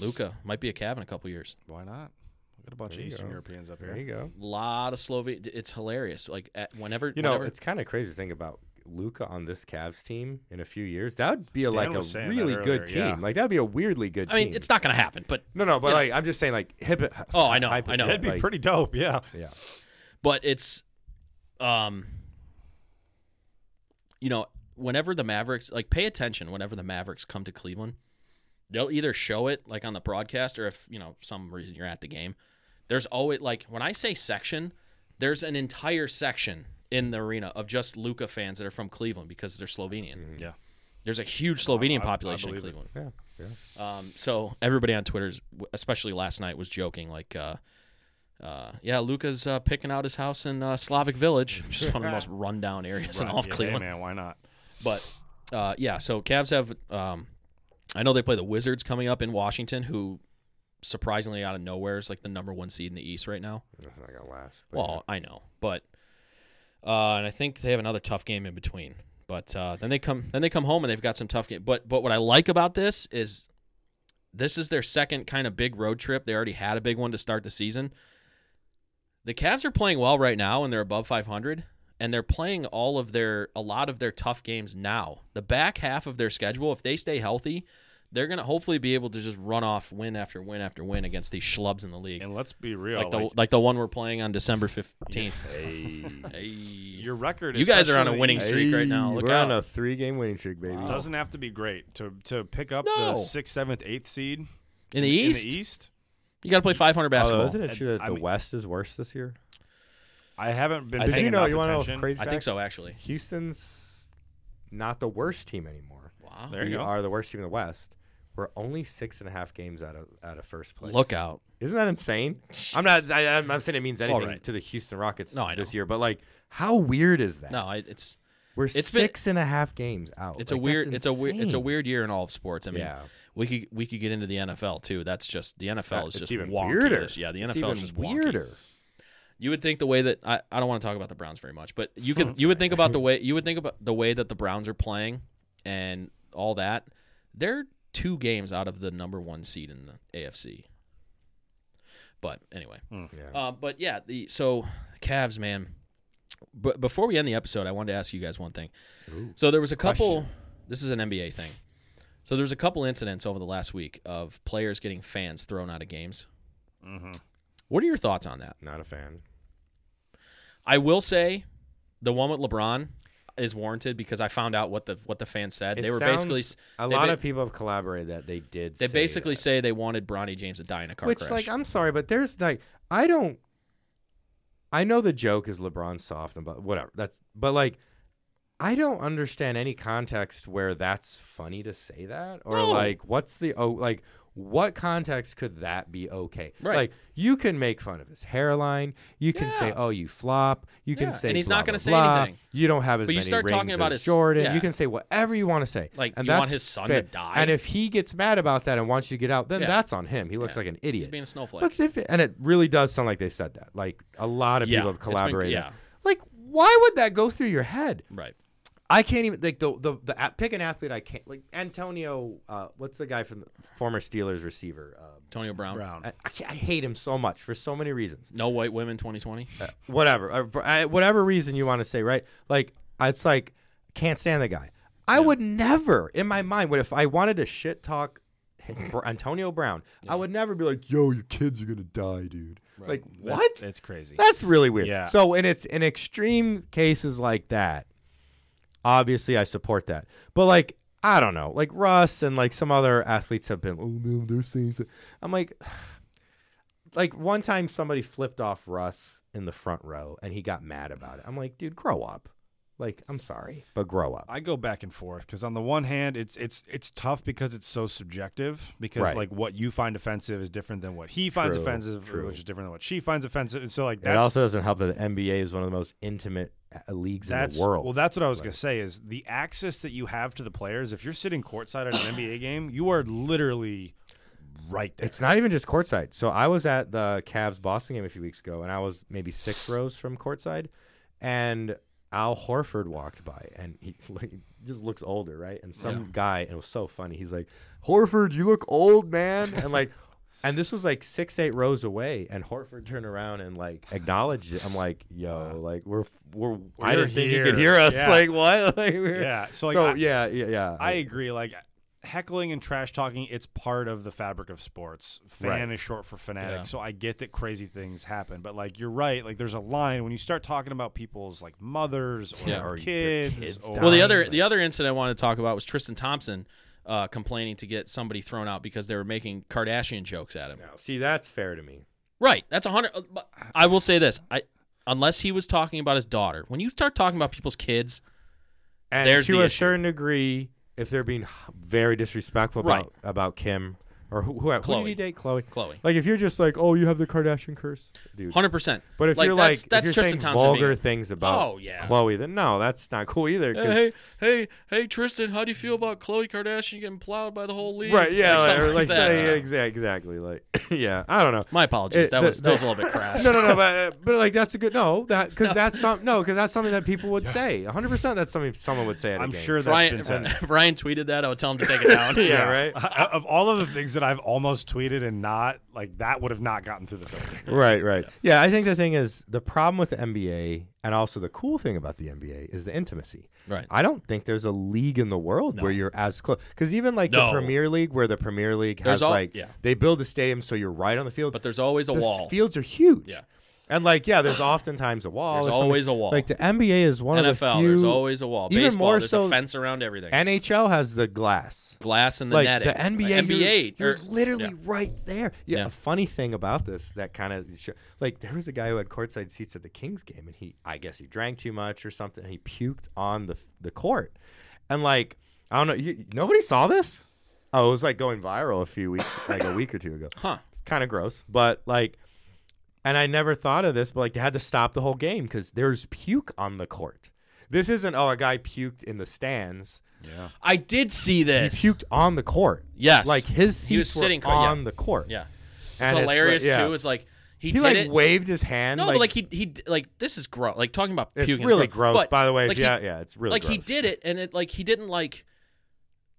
S1: Luca might be a Cav in a couple years.
S4: Why not? We got a bunch of
S3: you
S4: Eastern
S3: go.
S4: Europeans up
S3: There
S4: here.
S3: you go.
S1: Lot of Slovenia. It's hilarious. Like at, whenever
S3: You know,
S1: whenever-
S3: it's kind of crazy to think about Luca on this Cavs team in a few years. That would be a, like a
S4: was saying that
S3: really
S4: earlier,
S3: good team.
S4: yeah.
S3: Like that'd be a weirdly good
S1: I mean,
S3: team.
S1: it's not going to happen, but
S3: no, no, but like I'm just saying, like hip.
S1: Oh, I know, I know.
S4: That'd be pretty dope. Yeah.
S3: Yeah,
S1: but it's um you know whenever the mavericks like pay attention whenever the mavericks come to cleveland they'll either show it like on the broadcast or if you know some reason you're at the game there's always like when i say section there's an entire section in the arena of just luca fans that are from cleveland because they're slovenian
S4: Yeah.
S1: there's a huge slovenian
S4: I
S1: population in
S4: believe it.
S1: cleveland
S3: yeah, yeah.
S1: um, so everybody on Twitter, especially last night, was joking like, uh, uh, "Yeah, Luca's uh, picking out his house in uh, Slavic Village, which is one of the most rundown areas in all of
S4: Yeah, hey,
S1: Cleveland."
S4: man, why not?
S1: But uh, yeah, so Cavs have. Um, I know they play the Wizards coming up in Washington, who surprisingly out of nowhere is like the number one seed in the East right now.
S3: That's not gonna last. but
S1: Well, I know, but uh, and I think they have another tough game in between. But uh, then they come then they come home and they've got some tough game. But but what I like about this is this is their second kind of big road trip. They already had a big one to start the season. The Cavs are playing well right now and they're above 500 and they're playing all of their a lot of their tough games now. The back half of their schedule if they stay healthy, they're going to hopefully be able to just run off win after win after win against these schlubs in the league
S4: And let's be real.
S1: like the like, the one we're playing on December fifteenth. Hey.
S4: your record.
S1: You guys are on a
S4: especially-
S1: winning
S3: yeah.
S1: streak right now.
S3: Hey,
S1: Look
S3: We're
S1: out.
S3: on a three-game winning streak, baby. Uh,
S4: Doesn't have to be great to to pick up
S1: No.
S4: the sixth, seventh, eighth seed
S1: in the East,
S4: In the East,
S1: you got to play 500
S3: Although,
S1: basketball.
S3: isn't it true that
S4: I
S3: the
S4: mean-
S3: West is worse this year?
S4: I haven't been.
S3: Did
S4: paying
S3: you know?
S4: enough
S3: You want to know
S4: attention.
S3: a crazy?
S1: I think
S3: fact?
S1: so, actually.
S3: Houston's not the worst team anymore.
S1: Wow.
S4: There
S3: we
S4: you go.
S3: are the worst team in the West. We're only six and a half games out of out of first place.
S1: Look out.
S3: Isn't that insane? I'm not. I, I'm not saying it means anything
S1: right.
S3: to the Houston Rockets
S1: No, I know.
S3: this year, but like, how weird is that?
S1: No, I, it's
S3: we're
S1: It's been-
S3: six and a half games out.
S1: it's
S3: Like,
S1: a weird it's
S3: that's
S1: a weird it's a
S3: insane.
S1: weird year in all of sports. I mean,
S3: Yeah.
S1: we could we could get into the NFL too. That's just the NFL is
S3: It's
S1: just
S3: even
S1: wonky
S3: weirder.
S1: this- Yeah, the
S3: It's
S1: NFL
S3: even
S1: is just wonky.
S3: weirder.
S1: You would think the way that I, I don't want to talk about the Browns very much, but you could you would think about the way you would think about the way that the Browns are playing and all that. They're two games out of the number one seed in the AFC. But anyway,
S3: Yeah.
S1: uh, but yeah, the so Cavs, man. But before we end the episode, I wanted to ask you guys one thing. so there was a couple. This is an NBA thing. So there's a couple incidents over the last week of players getting fans thrown out of games. What are your thoughts on that?
S3: Not a fan.
S1: I will say, the one with LeBron is warranted because I found out what the what the fans said.
S3: It
S1: they were
S3: sounds-
S1: basically
S3: a
S1: they
S3: lot
S1: ba-
S3: of people have collaborated that they did.
S1: they
S3: say
S1: basically
S3: that.
S1: say they wanted Bronny James to die in a car
S3: which
S1: crash.
S3: like I'm sorry, but there's like I don't. I know the joke is LeBron soft and but whatever. That's but like. I don't understand any context where that's funny to say that or
S1: No.
S3: like what's the oh like What context could that be okay?
S1: Right.
S3: Like you can make fun of his hairline. You can say,
S1: Yeah.
S3: "Oh, you flop." You
S1: Yeah,
S3: can say,
S1: and he's
S3: blah,
S1: not gonna
S3: blah,
S1: say
S3: blah.
S1: anything.
S3: You don't have as
S1: But you
S3: many
S1: start
S3: rings
S1: talking about
S3: as
S1: his-
S3: Jordan.
S1: yeah.
S3: You can say whatever you want to say.
S1: Like,
S3: and
S1: you want
S3: that's
S1: his son to
S3: fair.
S1: die?
S3: And if he gets mad about that and wants you to get out, then
S1: Yeah.
S3: that's on him. He looks like an idiot.
S1: being a snowflake.
S3: But if it- and it really does sound like they said that. Like a lot of
S1: Yeah,
S3: people have
S1: it's been-
S3: collaborated.
S1: yeah.
S3: Like why would that go through your head?
S1: Right.
S3: I can't even like the the, the a- pick an athlete I can't like Antonio. Uh, what's the guy from the former Steelers receiver? Um
S1: Antonio Brown.
S4: Brown.
S3: I, I, can't- I hate him so much for so many reasons.
S1: No white women 2020.
S3: Whatever, uh, for- I- whatever reason you want to say, right? Like it's like can't stand the guy. I would never in my mind would if I wanted to shit talk Br- Antonio Brown, I would never be like, "Yo, your kids are gonna die, dude." Like
S4: That's-
S3: what?
S4: It's crazy.
S3: That's really weird.
S4: Yeah.
S3: So in it's in extreme cases like that, obviously I support that. But like I don't know, like Russ and like some other athletes have been. Oh no, they're saying. So. I'm like, like one time somebody flipped off Russ in the front row and he got mad about it. I'm like, dude, grow up. Like I'm sorry, but grow up.
S4: I go back and forth because on the one hand, it's it's it's tough because it's so subjective because
S3: Right.
S4: like what you find offensive is different than what he finds
S3: True,
S4: offensive,
S3: true.
S4: which is different than what she finds offensive, and so like
S3: it
S4: that's
S3: also doesn't help that the NBA is one of the most intimate uh, leagues in
S4: that's
S3: the world.
S4: Well, that's what I was gonna say is the access that you have to the players. If you're sitting courtside at an NBA game, you are literally right there.
S3: It's not even just courtside. So I was at the Cavs Boston game a few weeks ago, and I was maybe six rows from courtside, and Al Horford walked by, and he like, just looks older, right? And some guy, and it was so funny. He's like, "Horford, you look old, man," and like. And this was like six, eight rows away, and Horford turned around and like acknowledged it. I'm like, "Yo, like we're we're, I
S4: We're
S3: didn't think you could
S4: here.
S3: hear us.
S4: Yeah.
S3: Like what? Like, we're,
S4: Yeah, so, like, I-
S3: yeah, yeah, yeah.
S4: I agree. Like heckling and trash talking, it's part of the fabric of sports. Fan
S3: Right.
S4: is short for fanatic,
S1: Yeah.
S4: so I get that crazy things happen. But like you're right. Like there's a line when you start talking about people's like mothers or,
S1: Yeah.
S4: their
S1: Or
S3: your
S4: kids.
S3: kids
S4: or,
S3: dying.
S1: Well, the other the other incident I wanted to talk about was Tristan Thompson uh, complaining to get somebody thrown out because they were making Kardashian jokes at him.
S3: see that's fair to me.
S1: Right. That's a hundred. uh, but I will say this. I unless he was talking about his daughter. When you start talking about people's kids,
S3: And
S1: There's
S3: to
S1: the
S3: a
S1: issue.
S3: certain degree, if they're being h- very disrespectful
S1: Right.
S3: about about Kim or who, who, who did
S1: Khloe.
S3: he date? Chloe.
S1: Chloe.
S3: Like if you're just like, oh, you have the Kardashian curse, dude.
S1: hundred percent.
S3: But if you're like,
S1: that's, that's
S3: if you're
S1: Tristan
S3: saying
S1: Thompson
S3: vulgar
S1: being-
S3: things about
S1: Oh, yeah. Uh,
S3: Chloe, then no, that's not cool either. 'cause-
S1: Hey, hey, hey, Tristan, how do you feel about Khloe Kardashian getting plowed by the whole league?
S3: right? Yeah, like,
S1: something
S3: or like
S1: that.
S3: say, exa- exactly, like yeah, I don't know.
S1: My apologies.
S3: It-
S1: that
S3: the-
S1: was that was a
S3: the-
S1: little bit crass.
S3: no, no, no, but, uh, but like that's a good no, that because that's some no, because that's something that people would say. 100 percent that's something someone would say. At a
S4: I'm
S3: game.
S4: sure that's
S1: Brian,
S4: been said.
S1: Brian tweeted that. I would tell him to take it down.
S3: Yeah, right.
S4: I- of all of the things that I've almost tweeted and not like that would have not gotten through the filter.
S3: Right, right. Yeah. I think the thing is the problem with the NBA and also the cool thing about the NBA is the intimacy.
S1: Right.
S3: I don't think there's a league in the world where you're as close because even like
S1: No.
S3: the Premier League, where the Premier League
S1: There's
S3: has
S1: al-
S3: like
S1: yeah.
S3: they build a stadium so you're right on the field,
S1: But there's always a
S3: the
S1: wall.
S3: Fields are huge.
S1: Yeah.
S3: And like yeah, there's oftentimes a wall.
S1: There's
S3: or something.
S1: always a wall.
S3: Like the NBA is one of the
S1: NFL,
S3: few.
S1: there's always a wall.
S3: even
S1: Baseball,
S3: more
S1: there's
S3: so-
S1: a fence around everything.
S3: NHL has the glass
S1: Glass in the
S3: like
S1: net.
S3: the NBA,
S1: NBA.
S3: you're,
S1: or-
S3: you're literally
S1: yeah.
S3: right there. Yeah,
S1: Yeah.
S3: A funny thing about this that kind of like there was a guy who had courtside seats at the Kings game, and he I guess he drank too much or something. And he puked on the the court, and like I don't know, you, nobody saw this. Oh, it was like going viral a few weeks, like a week or two ago.
S1: Huh.
S3: It's kind of gross, but like, and I never thought of this, but like they had to stop the whole game because there's puke on the court. This isn't oh a guy puked in the stands.
S1: I did see
S3: He
S1: this.
S3: puked on the court.
S1: Yes.
S3: like his seats
S1: He was sitting
S3: were
S1: cor- yeah.
S3: on the court.
S1: Yeah.
S3: And
S1: It's hilarious
S3: like- yeah.
S1: too. Is like he,
S3: he
S1: did
S3: like
S1: it.
S3: waved his hand.
S1: no,
S3: like,
S1: but like he he d- like this is gross. Like talking about
S3: it's
S1: puking. is
S3: really
S1: gross,
S3: gross.
S1: But,
S3: by the way,
S1: like, he-
S3: yeah, yeah, it's really
S1: like he
S3: gross.
S1: did it, and it like he didn't like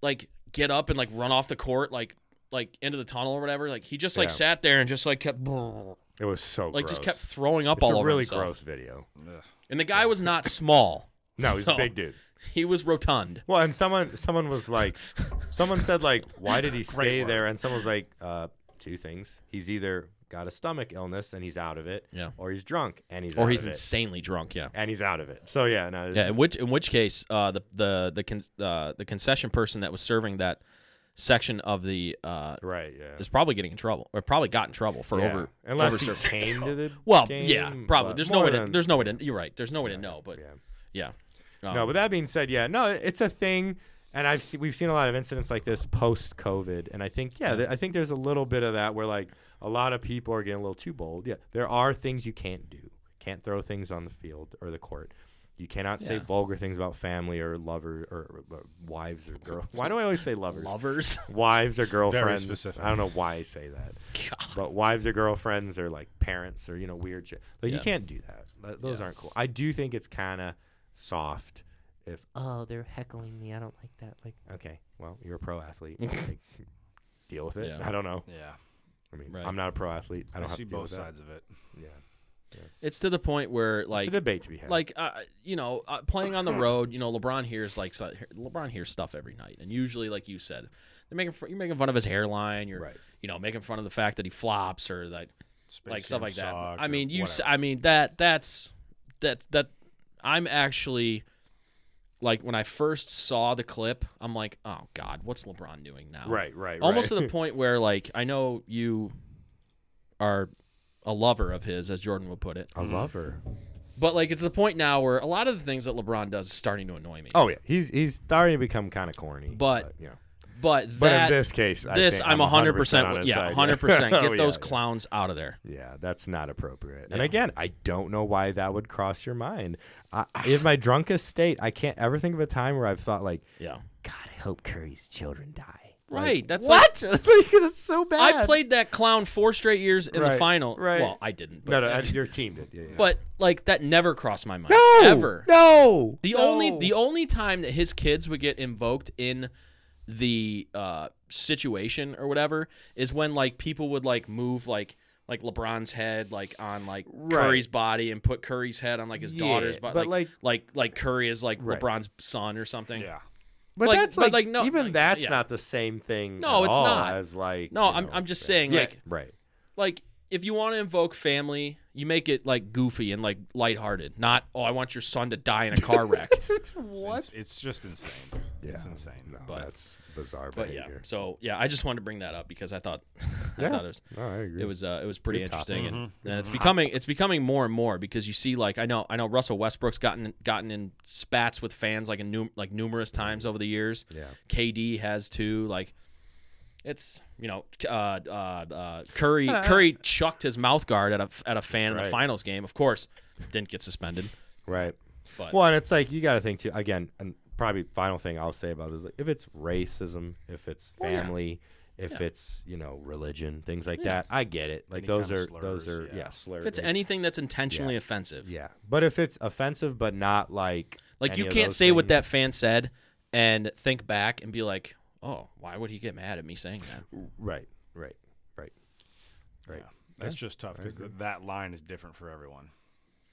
S1: like get up and like run off the court like like into the tunnel or whatever. Like he just like
S3: Yeah.
S1: sat there and just like kept like
S3: It was so gross.
S1: just kept throwing up
S3: It's
S1: all
S3: a
S1: over
S3: really
S1: himself.
S3: gross video.
S1: And the guy was not small.
S3: No, he's
S1: So-
S3: a big dude.
S1: He was rotund.
S3: Well, and someone someone was like, someone said like, why did he stay there? And someone was like, uh, two things. He's either got a stomach illness and he's out of it,
S1: Yeah.
S3: or he's drunk and he's
S1: Or
S3: out
S1: he's
S3: of it,
S1: insanely drunk. Yeah.
S3: and he's out of it. So yeah, no,
S1: Yeah,
S3: yeah,
S1: in which in which case, uh, the the the con- uh, the concession person that was serving that section of the uh,
S3: right, yeah,
S1: is probably getting in trouble, or probably got in trouble for
S3: Yeah.
S1: over
S3: unless
S1: over-
S3: he came to the
S1: Well,
S3: game,
S1: yeah, probably.
S3: but
S1: There's no
S3: more
S1: way. To,
S3: than-
S1: there's no way to. You're right. There's no way to know. But
S3: yeah.
S1: yeah, Um,
S3: No, but that being said, yeah, no, it's a thing. and I've se- we've seen a lot of incidents like this post COVID, and I think yeah, th- I think there's a little bit of that where like a lot of people are getting a little too bold. Yeah, there are things you can't do. Can't throw things on the field or the court. You cannot say
S1: Yeah.
S3: vulgar things about family or lover or, or wives or girl. Why do I always say lovers?
S1: Lovers.
S3: wives or girlfriends.
S4: specific.
S3: I don't know why I say that. But wives or girlfriends or like parents or you know weird shit. Like
S1: Yeah.
S3: you can't do that. Th- Those
S1: Yeah.
S3: aren't cool. I do think it's kind of soft. If oh they're heckling me, I don't like that. Like okay, well you're a pro athlete. Like, deal with it.
S1: Yeah.
S3: I don't know.
S6: Yeah.
S3: I mean,
S1: Right.
S3: I'm not a pro athlete. I
S6: I,
S3: don't have
S6: see
S3: to deal
S6: both
S3: with that.
S6: sides of it.
S3: Yeah,
S1: It's to the point where like
S3: it's a debate to be had.
S1: like uh, you know uh, playing on the road you know lebron hears like so- lebron hears stuff every night and usually like you said they're making fr- you're making fun of his hairline you're
S3: Right.
S1: you know making fun of the fact that he flops or that
S6: Space
S1: like stuff
S6: Jam
S1: like that
S6: sucked
S1: i
S6: or
S1: mean you s-
S6: whatever.
S1: i mean that that's that that i'm actually like when i first saw the clip i'm like oh god what's lebron doing now
S3: right, right,
S1: almost
S3: right.
S1: to the point where like i know you are a lover of his as jordan would put it
S3: a lover.
S1: Mm-hmm. but like it's the point now where a lot of the things that LeBron does is starting to annoy me.
S3: Oh yeah, he's he's starting to become kind of corny.
S1: But-
S3: you know.
S1: but that,
S3: but in this case, I
S1: this
S3: think
S1: I'm
S3: I'm
S1: 100
S3: on
S1: percent
S3: his
S1: yeah
S3: side.
S1: 100 percent
S3: Oh,
S1: get
S3: yeah,
S1: those
S3: yeah.
S1: clowns out of there.
S3: Yeah, that's not appropriate. And again, I don't know why that would cross your mind. I, I- in my drunkest state, I can't ever think of a time where I've thought like,
S1: Yeah,
S3: God, I hope Curry's children die.
S1: right. that's
S3: What? Like, that's so bad.
S1: Like, I played that clown four straight years in the
S3: Right,
S1: final.
S3: right.
S1: Well, I didn't. But,
S3: No, no, I- your team did. Yeah, yeah.
S1: but like that never crossed my mind
S3: no,
S1: ever.
S3: No.
S1: The
S3: no.
S1: only the only time that his kids would get invoked in the uh, situation or whatever is when like people would like move like like LeBron's head like on like Curry's body and put Curry's head on like his
S3: Yeah,
S1: daughter's body.
S3: but,
S1: like,
S3: like-
S1: like like Curry is like
S3: Right.
S1: LeBron's son or something.
S6: Yeah.
S3: But
S1: like-
S3: that's
S1: but,
S3: like,
S1: like, no,
S3: even
S1: like,
S3: that's
S1: yeah.
S3: not the same thing.
S1: No,
S3: at
S1: it's
S3: all
S1: not.
S3: As like
S1: No,
S3: you
S1: I'm
S3: know,
S1: I'm just
S3: yeah.
S1: saying
S3: Yeah,
S1: like
S3: right.
S1: like if you want to invoke family, you make it like goofy and like lighthearted. Not oh I want your son to die in a car wreck.
S3: what?
S6: It's, it's just insane. It's insane.
S3: No,
S1: But-
S3: that's bizarre
S1: but yeah,
S3: behavior.
S1: so yeah, I just wanted to bring that up because I thought I
S3: Yeah.
S1: thought it was
S3: No, I agree.
S1: it was uh, it was pretty
S3: Good topic. Mm-hmm.
S1: interesting, and, and it's becoming it's becoming more and more because you see like I know I know Russell Westbrook's gotten gotten in spats with fans like a num- like numerous times over the years.
S3: Yeah.
S1: KD has too. Like it's you know uh, uh, uh, Curry Curry chucked his mouth guard at a at a fan in the
S3: right.
S1: finals game. Of course, didn't get suspended.
S3: Right.
S1: But-
S3: well, and it's like you got to think too. Again, and probably final thing I'll say about it is like if it's racism, if it's
S1: yeah.
S3: family, if it's you know religion, things like that. I get it. Like
S6: Any
S3: those
S6: kind
S3: are
S6: of
S3: those
S6: slurs,
S3: are yeah,
S6: yeah.
S3: slurs.
S1: If it's anything that's intentionally
S3: Yeah.
S1: offensive,
S3: yeah, but if it's offensive but not like
S1: like you
S3: any of
S1: can't
S3: those
S1: say what
S3: things-
S1: that fan said and think back and be like, oh, why would he get mad at me saying that?
S3: Right. Right. Right. Right.
S6: Yeah. That's just tough because that line is different for everyone.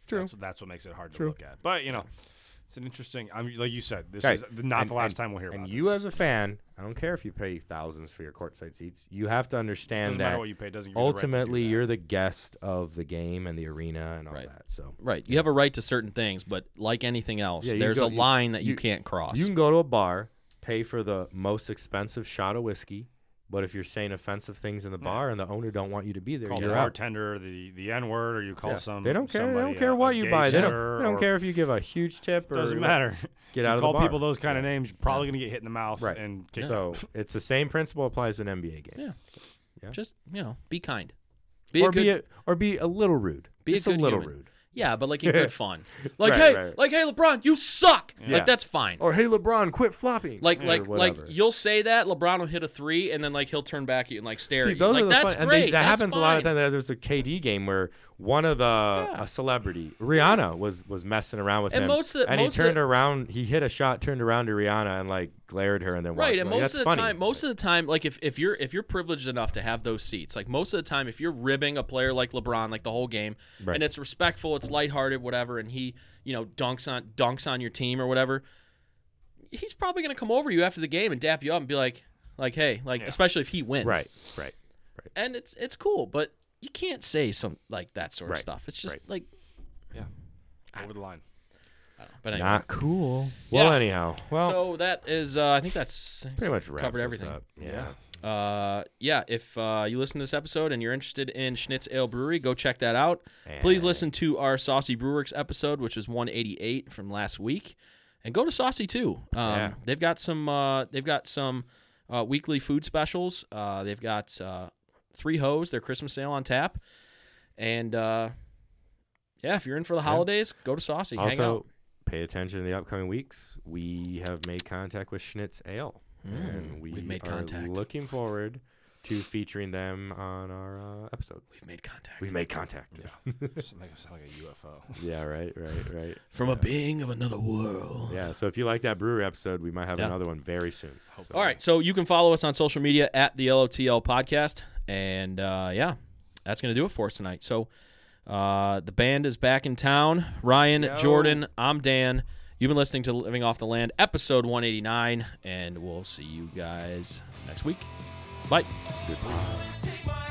S3: True.
S6: That's, that's what makes it hard to look at. But you know, it's an interesting. I mean, like you said, this
S3: Right.
S6: is not
S3: And-
S6: the last
S3: and-
S6: time we'll hear
S3: And
S6: about
S3: you,
S6: this.
S3: as a fan, I don't care if you pay thousands for your courtside seats. You have to understand
S6: doesn't
S3: that
S6: matter what you pay. Doesn't give you the right to do
S3: ultimately
S6: that.
S3: you're the guest of the game and the arena and all
S1: Right.
S3: that. So
S1: Right. You have a right to certain things, but like anything else,
S3: Yeah, you
S1: there's
S3: go-
S1: a
S3: you-
S1: line that you,
S3: you-
S1: can't cross.
S3: you can go to a bar, pay for the most expensive shot of whiskey, but if you're saying offensive things in the bar and the owner don't want you to be there,
S6: call the
S3: you're out.
S6: bartender the the n word or you call
S3: Yeah.
S6: some.
S3: they don't care. They don't
S6: somebody uh,
S3: care
S6: a-
S3: what
S6: a
S3: you
S6: gay
S3: buy. They
S6: slur
S3: don't, they don't
S6: or-
S3: care if you give a huge tip or
S6: Doesn't matter.
S3: Get
S6: You
S3: out of the
S6: call
S3: bar.
S6: people those kind of names. You're probably gonna get hit in the mouth
S3: Right.
S6: and kicked out.
S3: So it's the same principle applies to an NBA game.
S1: Yeah.
S3: Yeah.
S1: Just, you know, be kind. Be
S3: or
S1: a good,
S3: be a, or be a little rude.
S1: Be a
S3: Just
S1: good
S3: little
S1: human.
S3: rude.
S1: yeah, but like in good fun. Like
S3: Right,
S1: hey,
S3: right.
S1: like hey LeBron, you suck.
S3: Yeah.
S1: Like that's fine.
S3: Or hey LeBron, quit flopping.
S1: like
S3: or
S1: like like
S3: whatever.
S1: you'll say that LeBron will hit a 3 and then like he'll turn back at you and like stare
S3: See,
S1: at you.
S3: those
S1: like
S3: are the
S1: that's
S3: fun, and
S1: great.
S3: they- that
S1: that's
S3: happens a lot of
S1: fine.
S3: times. There was a KD game where one of the a celebrity Rihanna was was messing around with
S1: And
S3: him,
S1: most of the-
S3: and
S1: most
S3: he
S1: of the-
S3: turned around. He hit a shot, turned around to Rihanna, and like glared her, and then
S1: Right,
S3: walked
S1: and most
S3: away. That's
S1: of the
S3: funny.
S1: time, most of the time, like if, if you're if you're privileged enough to have those seats, like most of the time, if you're ribbing a player like LeBron, like the whole game,
S3: Right.
S1: and it's respectful, it's lighthearted, whatever, and he you know dunks on dunks on your team or whatever, he's probably gonna come over to you after the game and dap you up and be like, like hey, like especially if he wins,
S3: right, right,
S1: And it's it's cool, but you can't say some like that sort of
S3: Right,
S1: stuff. It's just
S3: right.
S1: like,
S6: Over the line.
S1: but anyway.
S3: not cool.
S1: Yeah.
S3: Well, anyhow, well,
S1: so that is, uh, I think that's
S3: pretty much wraps
S1: covered
S3: us
S1: everything.
S3: up. Yeah.
S1: Uh, yeah, if uh, you listen to this episode and you're interested in Schnitz Ale Brewery, go check that out. Please listen to our Saucy Brewworks episode, which was 188 from last week. and go to Saucy too. Um, They've got some. Uh, they've got some uh, weekly food specials. Uh, they've got uh, three hoes. Their Christmas sale on tap, and uh, yeah, if you're in for the holidays, go to Saucy. hang out.
S3: Also, pay attention to the upcoming weeks. We have made contact with Schnitz Ale, and we
S1: Hmm. we've made
S3: are
S1: contact.
S3: looking forward to featuring them on our uh, episode.
S1: We've made contact
S3: We made contact. Yeah.
S6: Make him sound like a UFO.
S3: yeah, right, right, right.
S1: from a being of another world.
S3: Yeah, so if you like that brewery episode, we might have
S1: Yeah.
S3: another one very soon. So-
S1: All right, so you can follow us on social media at the LOTL podcast, and uh, yeah, that's gonna do it for us tonight. So uh, the band is back in town. Ryan, Jordan, I'm Dan. You've been listening to Living Off the Land, episode 189, and we'll see you guys next week. Bye.
S2: Take my Oh,